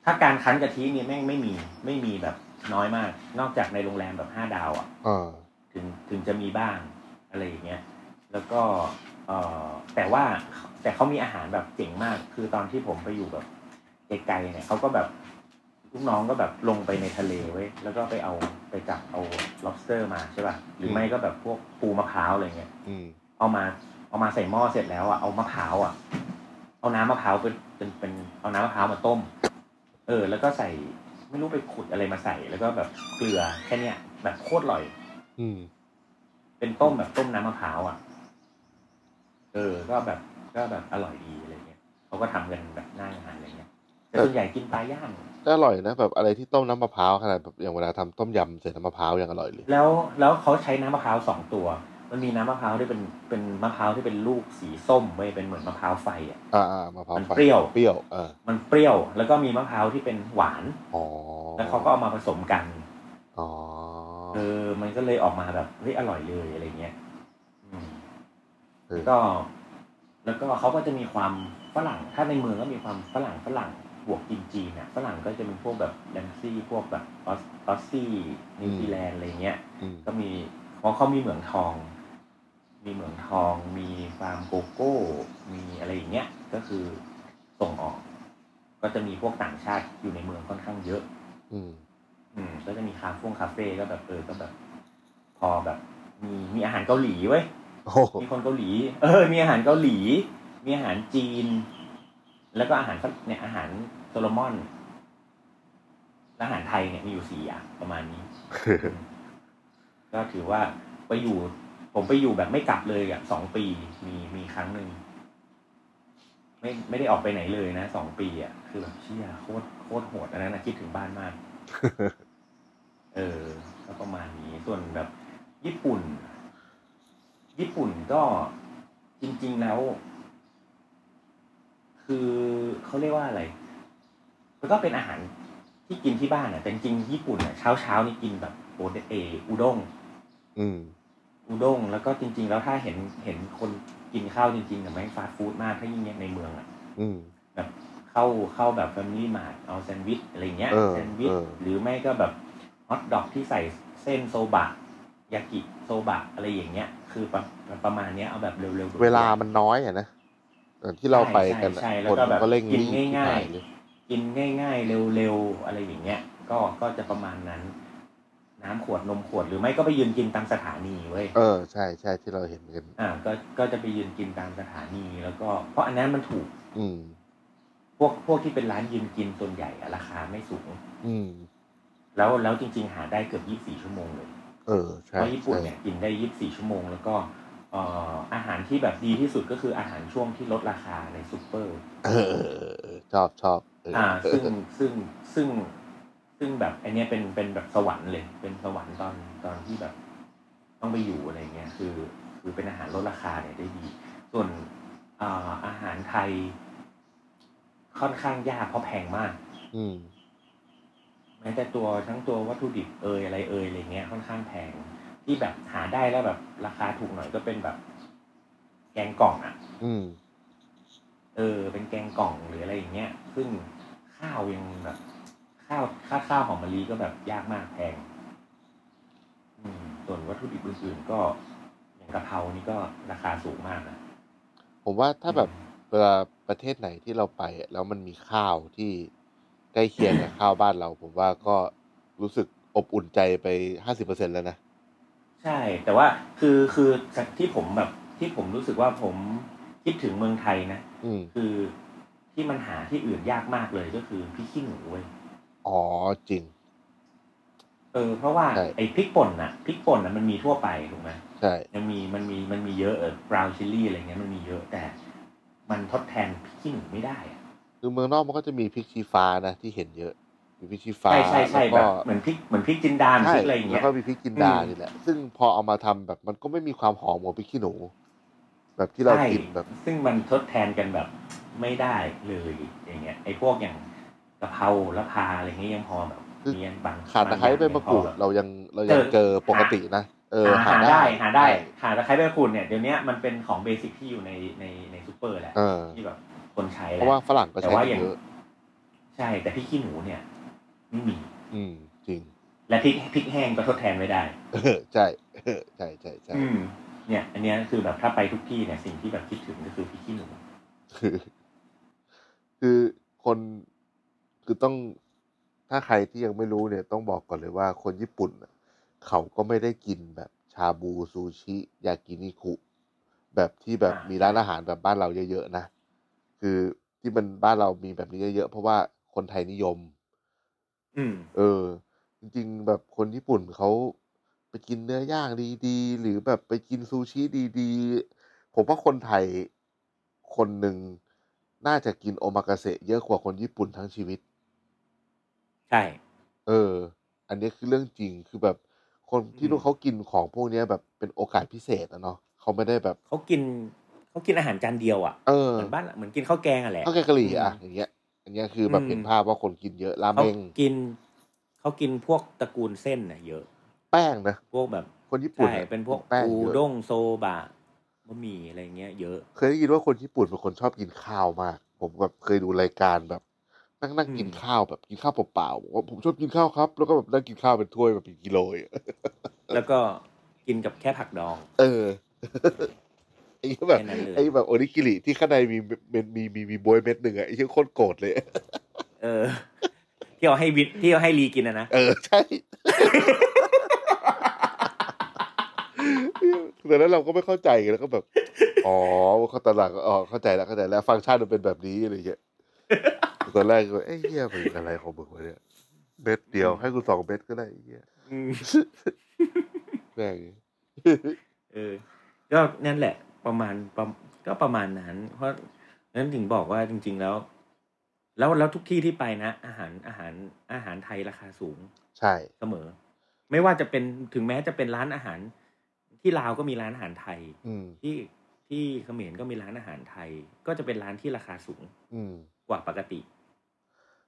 S5: ถ้าการคั้นกะทิเนี่ยแม่งไม่มีไม่มีแบบน้อยมาก นอกจากในโรงแรมแบบห้าดาวอ่ะ
S4: เออ
S5: ถึงถึงจะมีบ้างอะไรอย่างเงี้ย แล้วก็เออแต่ว่าแต่เขามีอาหารแบบเจ๋งมาก คือตอนที่ผมไปอยู่แบบไกลๆเนี่ยเขาก็แบบลูกน้องก็แบบลงไปในทะเลไว้ยแล้วก็ไปเอาไปจับเอา lobster มาใช่ป่ะหรือไม่ก็แบบพวกปูมะพร้าวอะไรเงี้ย
S4: อืม
S5: เอามาเอามาใส่หม้อเสร็จแล้วอ่ะเอามะพร้าวอ่ะ เอาน้ำมะพร้าวเป็นเป็นเป็นเอาน้ำมะพร้าวมาต้ม เออ แล้วก็ใส่ไม่รู้ไปขุดอะไรมาใส่ แล้วก็แบบเกลือแค่เนี้ยแบบโคตรอร่อย
S4: อืม
S5: เป็นต้มแบบต้มน้ำมะพร้าวอ่ะ เออ ก็แบบก็แบบอร่อยดีอะไรเงี้ยเขาก็ทำกันแบบหน้างานอะไรเงี้ย แต่ส่วนใหญ่กินปลาย่าง
S4: ก็อร่อยนะแบบอะไรที่ต้มน้ำมะพร้าวขนาดแบบอย่างเวลาทำต้มยำใส่น้ำมะพร้าวยังอร่อยเลย
S5: แล้วแล้วเขาใช้น้ำมะพร้าวสองตัว มันมีน้ำมะพร้าวที่เป็นเป็นมะพร้าวที่เป็นลูกสีส้มเว้ยเป็นเหมือนมะพร้าวไฟอ่ะ
S4: อ่าอ่ามะพร้าว
S5: มัน
S4: ไฟ
S5: เปรี้ยว
S4: เปรี้ยวเออ
S5: มันเปรี้ยว แล้วก็มีมะพร้าวที่เป็นหวาน
S4: อ๋อ
S5: แล้วเขาก็เอามาผสมกัน
S4: อ๋อ
S5: เออ มันก็เลยออกมาแบบเฮ้ยอร่อยเลยอะไรเงี้ยอืม
S4: เออ
S5: ก็ แล้วก็เขาก็จะมีความฝรั่ง ถ้าในเมืองก็มีความฝรั่งฝรั่งบวกจีนจีนอ่ะฝรั่งก็จะเป็นพวกแบบแลมซี่พวกแบบออสออสซี่นิวซีแลนด์อะไรเงี้ย
S4: อืม
S5: ก็มีเพราะเขามีเหมืองทอง มีเหมืองทอง มีฟาร์มโกโก้ มีอะไรอย่างเงี้ย ก็คือส่งออก ก็จะมีพวกต่างชาติอยู่ในเมืองค่อนข้างเยอะ
S4: อืม
S5: อืมก็จะมีคาเฟ่คาเฟ่ก็แบบเออก็แบบ พอแบบ มีมีอาหารเกาหลีเว้ย
S4: โอ้โห
S5: มีคนเกาหลี เออ มีอาหารเกาหลี มีอาหารจีน แล้วก็อาหารฝรั่งเนี่ยอาหารโซโลมอนและอาหารไทยเนี่ยมีอยู่สี่อย่างประมาณนี้ ก็ถือว่าไปอยู่ ผมไปอยู่แบบไม่กลับเลยอ่ะสองปีมีมีครั้งหนึ่งไม่ไม่ได้ออกไปไหนเลยนะสองปีอ่ะคือแบบเชี่ยโคตรโคตรโหดอันนั้นนะคิดถึงบ้านมาก เออก็ประมาณนี้ส่วนแบบ ญี่ปุ่น ญี่ปุ่นก็จริง ๆแล้ว คือเขาเรียกว่าอะไร มันก็เป็นอาหารที่กินที่บ้านอ่ะแต่จริงๆญี่ปุ่นอ่ะเช้าเช้าๆนี่กินแบบโอเดเออุด้ง
S4: อืม
S5: อุด้งแล้วก็จริง ๆ แล้วถ้าเห็นเห็นคนกินข้าวจริงๆแต่ไม่งฟาสต์ฟู้ดมากถ้ายิ่งในเมืองอ่ะ
S4: อืม
S5: แบบเข้าเข้าแบบแฟมิลี่มาร์ทเอาแซนด์วิชอะไรเงี้ย
S4: เออ
S5: แซนด์วิช
S4: เออ
S5: หรือไม่ก็แบบฮอทดอกที่ใส่เส้นโซบะยากิโซบะอะไรอย่างเงี้ย คือประประมาณเนี้ยเอาแบบเร็วๆ
S4: เวลามันน้อยอ่ะนะอย่างที่เราไปกันอะ
S5: ใช่ใช่
S4: คน
S5: แล้วก็แบบ
S4: ก็เร่ง
S5: กิน
S4: รีบที่
S5: ง่ายๆ
S4: หายเลย
S5: กินง่ายๆ เร็วๆ อะไรอย่างเงี้ย ก็ก็จะประมาณนั้น น้ำขวดนมขวดหรือไม่ก็ไปยืนกินตามสถานีเว้ย
S4: เออ ใช่ใช่ที่เราเห็นกัน
S5: อ่าก็ก็จะไปยืนกินตามสถานีแล้วก็ เพราะอันนั้นมันถูก
S4: อืม
S5: พวกพวกที่เป็นร้านยืนกินส่วนใหญ่อะราคาไม่สูง
S4: อืม
S5: แล้วแล้วจริง ๆ หาได้เกือบ 24 ชั่วโมงเลย
S4: เออ ใช่
S5: เพราะญี่ปุ่น
S4: ใช่
S5: เนี่ยกินได้ 24 ชั่วโมง แล้วก็เอ่ออาหารที่แบบดีที่สุดก็คืออาหารช่วงที่ลดราคาในซูเปอร์
S4: เออเออเออเออชอบชอบเออ
S5: อ่า
S4: เออ
S5: ซึ่งซึ่งซึ่งซึ่งแบบอันเนี้ยเป็นเป็นแบบสวรรค์เลย เป็นสวรรค์ตอนตอนที่แบบต้องไปอยู่อะไรเงี้ย คือคือเป็นอาหารลดราคาเนี่ยได้ดี ส่วนอ่าอาหารไทย ค่อนข้างยากเพราะแพงมาก
S4: อืม
S5: แม้แต่ตัวทั้งตัววัตถุดิบเอยอะไรเอยอะไรเงี้ยค่อนข้างแพงที่แบบหาได้แล้วแบบราคาถูกหน่อยก็เป็นแบบ แกงกล่องอ่ะ
S4: อืม
S5: เออ เป็นแกงกล่องหรืออะไรอย่างเงี้ย ซึ่งข้าวยังแบบ ข้าวค่าข้าวหอมมะลิก็แบบยากมากแพง อืม ส่วนวัตถุดิบอื่นๆก็อย่าง กะเพรานี่ก็ราคาสูงมากนะ
S4: ผมว่าถ้าแบบ
S5: อืม
S4: เวลาประเทศไหนที่เราไปอะแล้วมันมีข้าวที่ใกล้เคียงกับ ข้าวบ้านเรา ผมว่าก็รู้สึกอบอุ่นใจไปห้าสิบเปอร์เซ็นแล้วนะ
S5: ใช่ แต่ว่าคือคือจากที่ผมแบบที่ผมรู้สึกว่าผมคิดถึงเมืองไทยนะ
S4: อืม
S5: คือที่มันหาที่อื่นยากมากเลยก็คือพริกขี้หนูเว้ย
S4: อ๋อจริง
S5: เออเพราะว่า
S4: ใช่
S5: ไอ้พริกป่นน่ะพริกป่นน่ะมันมีทั่วไปถูกไหม
S4: ใช่
S5: มันมีมันมีมันมีเยอะเออบราวชิลลี่อะไรเงี้ยมันมีเยอะแต่มันทดแทนพริกขี้หนูไม่ได้อะ
S4: คือเมืองนอกมันก็จะมีพริกชี้ฟ้านะที่เห็นเยอะมีพริกชี้ฟ้า
S5: ใช่ใช่ใช่
S4: แล้ว
S5: แบ
S4: ก็
S5: บเหมือนพริกเหมือนพริกจินดาเหมือน
S4: ใช่
S5: พริกอะไรอย่าง
S4: แล้
S5: เงี้
S4: วย ก็มีพริกจินดา
S5: อืม
S4: นี่แหละ ซึ่งพอเอามาทำแบบมันก็ไม่มีความหอมของพริกขี้หนู แบบที่เรา
S5: ใช่
S4: กินแบบ
S5: ซึ่งมันทดแทนกันแบบไม่ได้เลยอย่างเงี้ยไอ้พวกอย่างกะเพราละพาอะไรเงี้ยยังพอแบบ
S4: คือ
S5: มีอันบาง
S4: ขาดตะไคร้ใบมะกรูด
S5: บงอย่งยังพอแบบ
S4: เรายังเรายังเจอ
S5: เออ
S4: ปกตินะ เออ
S5: หาได้ หาได้
S4: ใช่
S5: หาตะไคร้ใบมะกรูดเนี่ยเดี๋ยวนี้มันเป็นของเบสิกที่อยู่ในในในซูเปอร์แหละ
S4: เออ
S5: ที่แบบคนใช้แห
S4: เพ
S5: ละ
S4: ราะว่าฝรั่งก็
S5: แต่
S4: ใช้
S5: ว่า
S4: กัน
S5: อย่าง
S4: เยอะ
S5: ใช่ แต่พริกขี้หนูเนี่ยไม่มี
S4: อืม จริง
S5: และพริกพริกแห้งก็ทดแทนไม่ได้
S4: เออ ใช่ เออใช่ใช่ใช่
S5: อืมเนี่ย อันเนี้ยคือแบบถ้าไปทุกที่เนี่ยสิ่งที่แบบคิดถึงก็คือพริกขี้หนู
S4: คือ คือคนคือต้องถ้าใครที่ยังไม่รู้เนี่ยต้องบอกก่อนเลยว่าคนญี่ปุ่นน่ะเขาก็ไม่ได้กินแบบชาบูซูชิ ยากินิคุ แบบที่แบบ
S5: อ่ามี
S4: มีร้านอาหารแบบบ้านเราเยอะๆนะ คือที่มันบ้านเรามีแบบนี้เยอะๆเพราะว่าคนไทยนิยม
S5: อืม
S4: เออ จริงๆ แบบคนญี่ปุ่นเขาไปกินเนื้อย่างดีๆ หรือแบบไปกินซูชิดีๆ ผมว่าคนไทยคนหนึ่งน่าจะกินโอมากาเสะเยอะกว่าคนญี่ปุ่นทั้งชีวิต
S5: ใช่
S4: เออ อันนี้คือเรื่องจริงคือแบบคนที่
S5: อืม
S4: นู่นเขากินของพวกเนี้ยแบบเป็นโอกาสพิเศษอะเนาะเขาไม่ได้แบบ
S5: เขากินเขากินอาหารจานเดียวอ่ะ
S4: เออ
S5: เหมือนบ้านเหมือนกินข้าวแกงอ่ะแหละ
S4: ข้าวแกงกะหรี่อะอย่างเงี้ย อันเนี้ยคือแบบ
S5: อืม
S4: เห็นภาพว่าคนกินเยอะรา
S5: เขา
S4: เมง
S5: กินเขากินพวกตระกูลเส้นน่ะเยอะ
S4: แป้งนะ
S5: พวกแบบ
S4: คนญี่ปุ่น
S5: ใช่
S4: อะ
S5: เป็นพวก
S4: แป้ง
S5: อู
S4: เยอะ
S5: ด้งโซบะบะหมี่อะไรเงี้ยเยอะ
S4: เคยได้ยินว่าคนญี่ปุ่นเป็นคนชอบกินข้าวมาก ผมแบบเคยดูรายการแบบนั่งนั่ง
S5: อืม
S4: กินข้าวแบบกินข้าวเปล่าๆบอกว่าผมชอบกินข้าวครับ แล้วก็แบบนั่งกินข้าวเป็นถ้วยแบบเป็นกิโลอย่างเงี้ย
S5: แล้วก็กินกับแค่ผักดอง
S4: เออ ไอ้แบบ
S5: แค่นั้นเลย
S4: ไอ้แบบโอนิกิริที่ข้างในมีเม็ดมีมีมีบวยเม็ดหนึ่งอะไอ้เชี่ยโคตรโกรธเลย
S5: เออ ที่เอาให้วิทที่เอาให้ลีกินนะนะ
S4: เออใช่แต่นั้นเราก็ไม่เข้าใจไงแล้วก็แบบอ๋อเขาตอนหลังก็อ๋อเข้าใจแล้วเข้าใจแล้วฟังก์ชันมันเป็นแบบนี้อะไรอย่างเงี้ยตอนแรกก็เอ้ยเหี้ยมันอะไรของมึงวะเนี่ยเม็ดเดียวให้กูสองเม็ดก็ได้ไอ้เหี้ย
S5: อืม
S4: แม่ง
S5: เออ ก็นั่นแหละ ประมาณประก็ประมาณนั้น เพราะนั้นถึงบอกว่าจริง ๆแล้ว แล้วแล้วทุกที่ที่ไปนะอาหารอาหารอาหารไทยราคาสูง
S4: ใช่
S5: เสมอ ไม่ว่าจะเป็นถึงแม้จะเป็นร้านอาหาร ที่ลาวก็มีร้านอาหารไทย
S4: อืม
S5: ที่ที่เขมรก็มีร้านอาหารไทย ก็จะเป็นร้านที่ราคาสูง
S4: อืม
S5: กว่าปกติ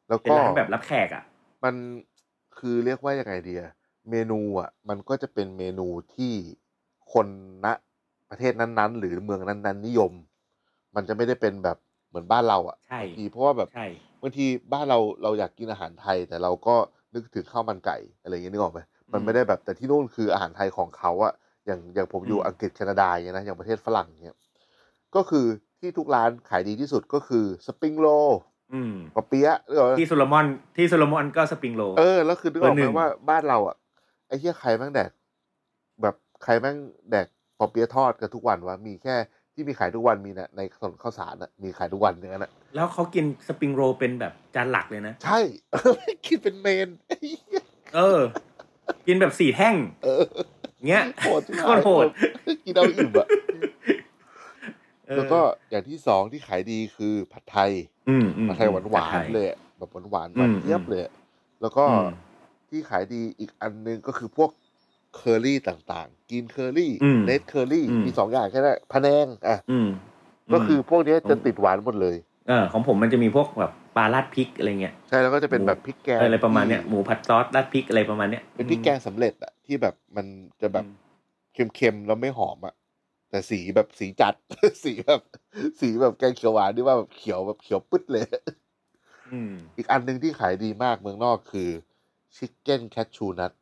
S4: แล้ว
S5: เป็น
S4: ก็
S5: ร้านแบบรับแขกอ่ะ
S4: มันคือเรียกว่ายังไงเดียเมนูอ่ะ มันก็จะเป็นเมนูที่คนณประเทศนั้นๆ หรือเมืองนั้นๆ นิยม มันจะไม่ได้เป็นแบบเหมือนบ้านเราอ่ะ
S5: ใช่
S4: บางทีเพราะว่าแบบ
S5: ใช่
S4: บางทีบ้านเราเราอยากกินอาหารไทย แต่เราก็นึกถึงข้าวมันไก่อะไรอย่างเงี้ยนึกออกไหมมันไม่ได้แบบแต่ที่นู่นคืออาหารไทยของเขาอะอย่างอย่างผมอยู่
S5: อืม
S4: อังกฤษแคนาดาอย่างเงี้ยนะอย่างประเทศฝรั่งเนี้ยก็คือที่ทุกร้านขายดีที่สุดก็คือสปริงโรล
S5: อืม
S4: ปะเปี๊ยะหรือว่า
S5: ที่โซโลมอนที่โซโลมอนก็สปริงโรล
S4: เออแล้วคือนึกออก
S5: เบอ
S4: ไหม
S5: ร์หนึ่ง
S4: ว่าบ้านเราอะไอ้เหี้ยใครแม่งแดก แบบใครแม่งแดกปอเปี๊ยะทอดกันทุกวันวะมีแค่ที่มีขายทุกวันมีนะในถนนข้าวสารนะมีขายทุกวันอย่างนั้นอะ
S5: แล้วเขากินสปริงโรลเป็นแบบจานหลักเลยนะ
S4: ใช่ คิดเป็นเมน
S5: เออ กินแบบสี่แท่ง
S4: เออ
S5: เงี้ย
S4: โหดจัง
S5: โคตรโหด
S4: แบบกินเอาอิ่มอะ
S5: เออ
S4: แล้วก็อย่างที่สองที่ขายดีคือผัดไทย
S5: อืมอืม
S4: ผัดไทยหวานหวา
S5: ผัดไท
S4: นเลยอะแบบหวานหวานๆห
S5: อืม
S4: วานเยียบเลยอะแล้วก็
S5: อืม
S4: ที่ขายดีอีกอันนึงก็คือพวกเคอรี่ต่างๆ กินเคอรี่
S5: อืม
S4: เลดเคอรี่
S5: อืม
S4: มีสองอย่างแค่นั้นพะแนงอ่ะ
S5: อืมม
S4: ก็คือพวกเนี้ยจะติดหวานหมดเลย
S5: เออของผมมันจะมีพวกแบบปลาราดพริกอะไรเงี้ย
S4: ใช่แล้วก็จะเป็นแบบพริกแกง
S5: อะไรประมาณเนี้ยหมูผัดซอสราดพริกอะไรประมาณเนี้ย
S4: เป็นพริกแกงสำเร็จอะที่แบบมันจะแบบ
S5: อืม
S4: เค็มๆแล้วไม่หอมอะแต่สีแบบสีจัด สีแบบสีแบบแกงเขียวหวานที่ว่าแบบเขียวแบบเขียวปึ๊ดเลย
S5: อืม
S4: อีกอันหนึ่งที่ขายดีมากเมืองนอกคือชิคเก้นแคชชูนัท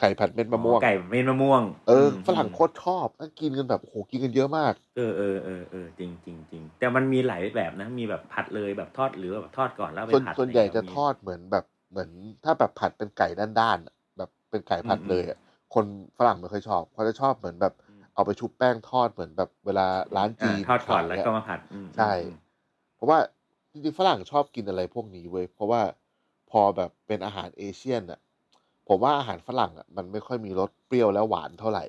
S4: ไก่ผัดเม็ดมะม่วง
S5: ไก่เม็ดมะม่วง
S4: เออ
S5: ม
S4: ฝรั่งโคตรชอบนั่งกินกันแบบโอ้โหกินกันเยอะมาก
S5: เออเออเออเออจริงจริงจริงแต่มันมีหลายแบบนะ มีแบบผัดเลยแบบทอดหรือแบบทอดก่อนแล้วเอาไป
S4: ส่วน
S5: ผัด
S4: ส่วนใหญ่จะ
S5: ไร
S4: ท
S5: เงี้ย
S4: อดเหมือนแบบเหมือน ถ้าแบบผัดเป็นไก่ด้านๆอะแบบเป็นไก่ผัด
S5: อืม
S4: เลยอะคนฝรั่งไม่ค่อยชอบเขาจะชอบเหมือนแบบ
S5: อืม
S4: เอาไปชุบแป้งทอดเหมือนแบบเวลาร้านจี
S5: อ่าน ทอดก่อน
S4: ขาย
S5: แล้ว
S4: อะ
S5: ก็มาผัดอืม
S4: ใช่
S5: อืม
S4: เพราะว่าจริงๆฝรั่งชอบกินอะไรพวกนี้เว้ยเพราะว่าพอแบบเป็นอาหารเอเชียนอ่ะผมว่าอาหารฝรั่งอ่ะมันไม่ค่อยมีรสเปรี้ยวและหวานเท่าไหร่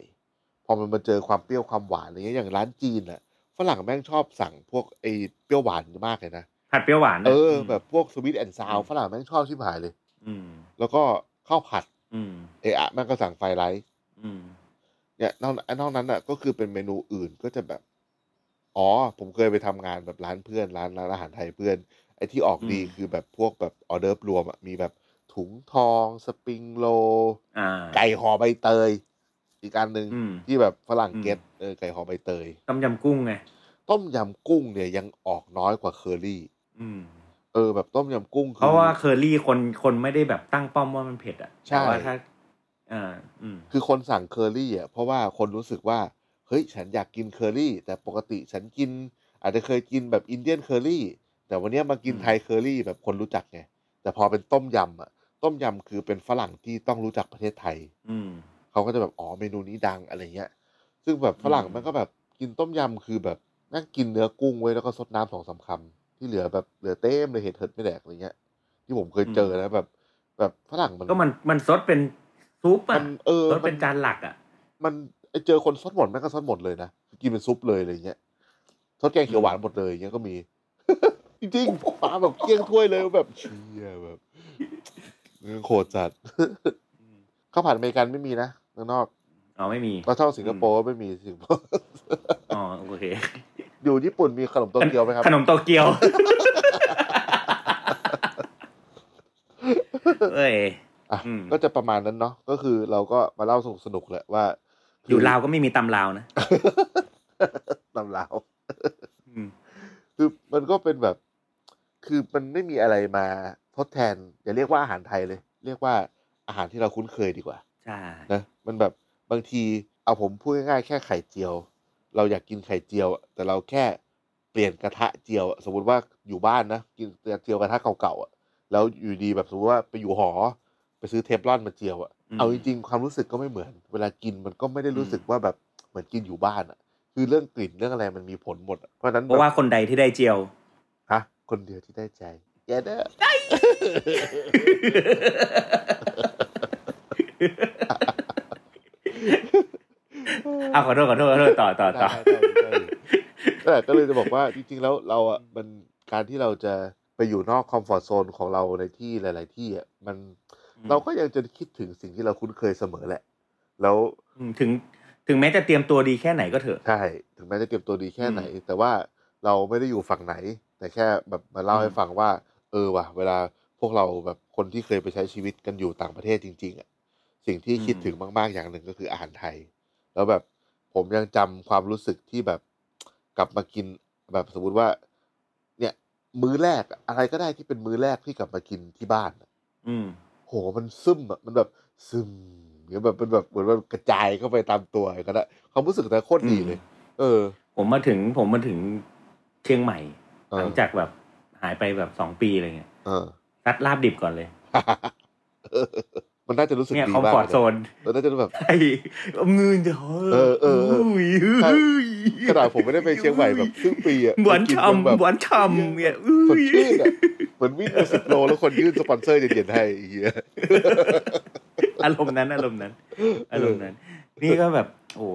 S4: พอมันมาเจอความเปรี้ยวความหวานอะไรเงี้ยอย่างร้านจีนอ่ะฝรั่งแม่งชอบสั่งพวกไอเปรี้ยวหวานมากเลยนะ
S5: ผัดเปรี้ยวหวานนะ
S4: เออ
S5: ม
S4: แบบพวกสวิตแอนด์ซาว
S5: อืม
S4: ฝรั่งแม่งชอบชิบหายเลย
S5: อืม
S4: แล้วก็ข้าวผัด
S5: อืม
S4: เอะอะแม่งก็สั่งไฟไรซ์
S5: อืม
S4: เนี่ยนอกนอกนั้นอ่ะก็คือเป็นเมนูอื่นก็จะแบบ อ๋อ ผมเคยไปทำงานแบบร้านเพื่อนร้านร้านอาหารไทยเพื่อน ไอ้ที่ออก
S5: อืม
S4: ดีคือแบบพวกแบบออเดอร์ฟรวมอ่ะมีแบบถุงทอง สปริงโรล
S5: อ่า
S4: ไก่ห่อใบเตย อีกอันหนึ่ง
S5: อืม
S4: ที่แบบฝรั่ง
S5: อืม
S4: เก็ตเออไก่ห่อใบเตย
S5: ต้มยำกุ้งไง
S4: ต้มยำกุ้งเนี่ยยังออกน้อยกว่าเคอรี่
S5: อืม
S4: เออแบบต้มยำกุ้ง
S5: เพ
S4: คือ
S5: ราะว่าเคอรี่คนคนไม่ได้แบบตั้งป้อมว่ามันเผ็ดอ่ะ
S4: ใช่
S5: แต่ว่าถ้าอ่าอืม
S4: คือคนสั่งเคอรี่อ่ะเพราะว่าคนรู้สึกว่า เฮ้ย ฉันอยากกินเคอรี่ แต่ปกติฉันกิน อาจจะเคยกินแบบอินเดียนเคอรี่ แต่วันเนี้ยมากิน
S5: อืม
S4: ไทยเคอรี่แบบคนรู้จักไง แต่พอเป็นต้มยำอ่ะต้มยำคือเป็นฝรั่งที่ต้องรู้จักประเทศไทย
S5: อืม
S4: เขาก็จะแบบอ๋อเมนูนี้ดังอะไรเงี้ย ซึ่งแบบฝรั่ง
S5: อืม
S4: มันก็แบบกินต้มยำคือแบบนั่งกินเนื้อกุ้งไว้แล้วก็ซดน้ำสองสามคำที่เหลือแบบเหลือเต็มเลยเห็ดเหิดไม่แดกอะไรเงี้ย ที่ผมเคยเจอนะแบบ แบบฝรั่งมัน
S5: ก็มันมันซดเป็นซุป
S4: มั
S5: อ่ะ
S4: นเออ
S5: ซด
S4: มั
S5: เป็น นจานหลักอ่ะ
S4: มันไอ้เจอคนซดหมดแม่งก็ซดหมดเลยนะกินเป็นซุปเลยอะไรเงี้ยซดแกงเขียวหวานหมดเลยเงี้ยก็ มี จริงๆปลาแบบเกลี้ยงถ้วยเลยแบบเชี่ยแบบเรื่องโคตรจั ด ข้าวผัดอเมริกันไม่มีนะเมืองนอก
S5: อ๋อไม่มี
S4: เราเท่าสิงคโปร์ก็ไม่มีสิงคโปร์
S5: อ๋อโอเค
S4: อยู่ญี่ปุ่นมีขนมโตเกียวไหมครับ
S5: ขนมโตเกียว เอ้ย
S4: อ่ะ
S5: อืม
S4: ก็จะประมาณนั้นเนาะก็คือเราก็มาเล่าสนุกๆแหละว่า
S5: อยู่ลาวก็ไม่มีตำลาวนะ
S4: ตำ ลาว
S5: อืม
S4: คือมันก็เป็นแบบ คือมันไม่มีอะไรมาทดแทน อย่าเรียกว่าอาหารไทยเลย เรียกว่าอาหารที่เราคุ้นเคยดีกว่า
S5: ใช่
S4: นะมันแบบบางทีเอาผมพูดง่ายๆแค่ไข่เจียว เราอยากกินไข่เจียวอะแต่เราแค่เปลี่ยนกระทะเจียวอะสมมติว่าอยู่บ้านนะกินเจียวกระทะเก่าๆอะแล้วอยู่ดีแบบสมมติว่าไปอยู่หอ ไปซื้อเทฟลอนมาเจียวอะ
S5: ม
S4: เอาจริงๆความรู้สึกก็ไม่เหมือน เวลากินมันก็ไม่ได้รู้สึกว่าแบบเหมือนกินอยู่บ้านอะคือเรื่องกลิ่นเรื่องอะไรมันมีผลหมดอะเพราะฉะนั้น
S5: เพ
S4: แบบ
S5: ราะว่าคนใดที่ได้เจียว
S4: ฮะคนเดียวที่ได้ใจแย่เด้อ
S5: อ้าวขอโทษขอโทษขอโทษต่อต่อต่อ
S4: ได้ได้ได้แต่ก็เลยจะบอกว่าจริงๆแล้วเราอ่ะมันการที่เราจะไปอยู่นอกคอมฟอร์ z โซนของเราในที่หลาย ๆ ที่อ่ะมัน
S5: อืม
S4: เราก็ยังจะคิดถึงสิ่งที่เราคุ้นเคยเสมอแหละ แล้ว
S5: อืมถึงถึงแม้จะเตรียมตัวดีแค่ไหนก็เถอะ
S4: ใช่ถึงแม้จะเก็บตัวดีแค่ไหน แต่ว่าเราไม่ได้อยู่ฝั่งไหน แต่แค่แบบมาเล่า
S5: อืม
S4: ให้ฟังว่า เออว่ะ เวลาพวกเราแบบคนที่เคยไปใช้ชีวิตกันอยู่ต่างประเทศจริง ๆอ่ะสิ่งที่คิดถึงมาก ๆ อย่างหนึ่งก็คืออาหารไทย แล้วแบบผมยังจำความรู้สึกที่แบบกลับมากินแบบสมมติว่า เนี่ย มื้อแรกอะอะไรก็ได้ที่เป็นมื้อแรกที่กลับมากินที่บ้านอะ
S5: อืม
S4: โหมันซึมอะมันแบบซึมเงี้ยแบบเป็นแบบเหมือนแบบกระจายเข้าไปตามตัวก็ได้ความรู้สึกแต่โคตรดีเลย เออ
S5: ผมมาถึงผมมาถึงเชียงใหม่
S4: เอ
S5: ห
S4: อ
S5: ลังจากแบบหายไปแบบสองปีอะไรเงี้ย
S4: เออ
S5: นัดลาบดิบก่อนเลย
S4: มันน่าจะรู้สึก
S5: เนี่ย
S4: ดี
S5: คอม
S4: มาก
S5: ฟอร์ต
S4: เลย
S5: โซน
S4: มันน่าจะแบบ
S5: ไอ้เงินเดือ
S4: เออเออเออ
S5: ยเฮ้ย
S4: กระดาษผมไม่ได้ไปเชียงใหม่ แบบครึ่งปีอ่ะ
S5: หวาน
S4: ไปกิ
S5: ช่
S4: แบบ
S5: ำหวานช่ำเนี่ยอุ้
S4: สด
S5: ย
S4: ชื่น อ่ะเหมือนวิ่งมาสิบโลแล้วคนยื่นสปอนเซอร์เย็นๆให้ไอ้เฮีย
S5: อารมณ์นั้นอารมณ์นั้น อารมณ์นั้น นี่ก็แบบ โอ้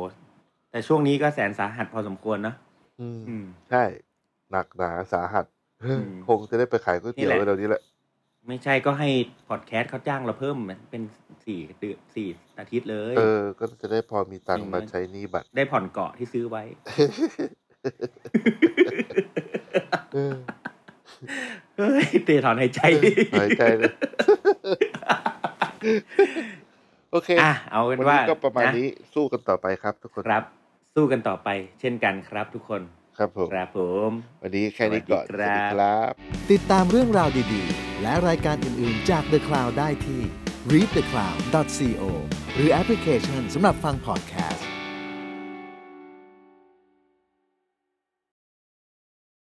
S5: แต่ช่วงนี้ก็แสนสาหัสพอสมควรนะอืม
S4: ใช่ หนักหนาสาหัสเฮ้ย
S5: อืม
S4: คงจะได้ไปขายก๋วยเตี๋ยว
S5: นี่แหละ
S4: เร็วๆนี้แหละ
S5: ไม่ใช่ก็ให้พอดแคสต์เขาจ้างเราเพิ่มเป็นสี่เดือนสี่อาทิตย์เลย
S4: เออ ก็จะได้พอมีตัง
S5: จริ
S4: ค์
S5: ง
S4: มา
S5: นะ
S4: ใช้หนี้บัตร
S5: ได้ผ่อนเกาะที่ซื้อไว้
S4: เออ
S5: เฮ้ยเตะถอนหายใจ
S4: หายใจเลย โอเค
S5: อ่ะเอาเป็น
S4: วัน
S5: ว่า
S4: นี้ก็ประมาณนี้
S5: น
S4: สู้กันต่อไปครับทุกคน
S5: ะครับ สู้กันต่อไป เช่นกันครับทุกคน
S4: ครับผม
S5: ครับผม
S4: วันนี้แค่นี้ก่อน
S5: สวัสดีครับ
S4: ครับ
S1: ติดตามเรื่องราวดีๆ และรายการอื่น ๆ จาก The Cloud ได้ที่ readthecloud.co หรือแอปพลิเคชันสำหรับฟังพอดแคสต์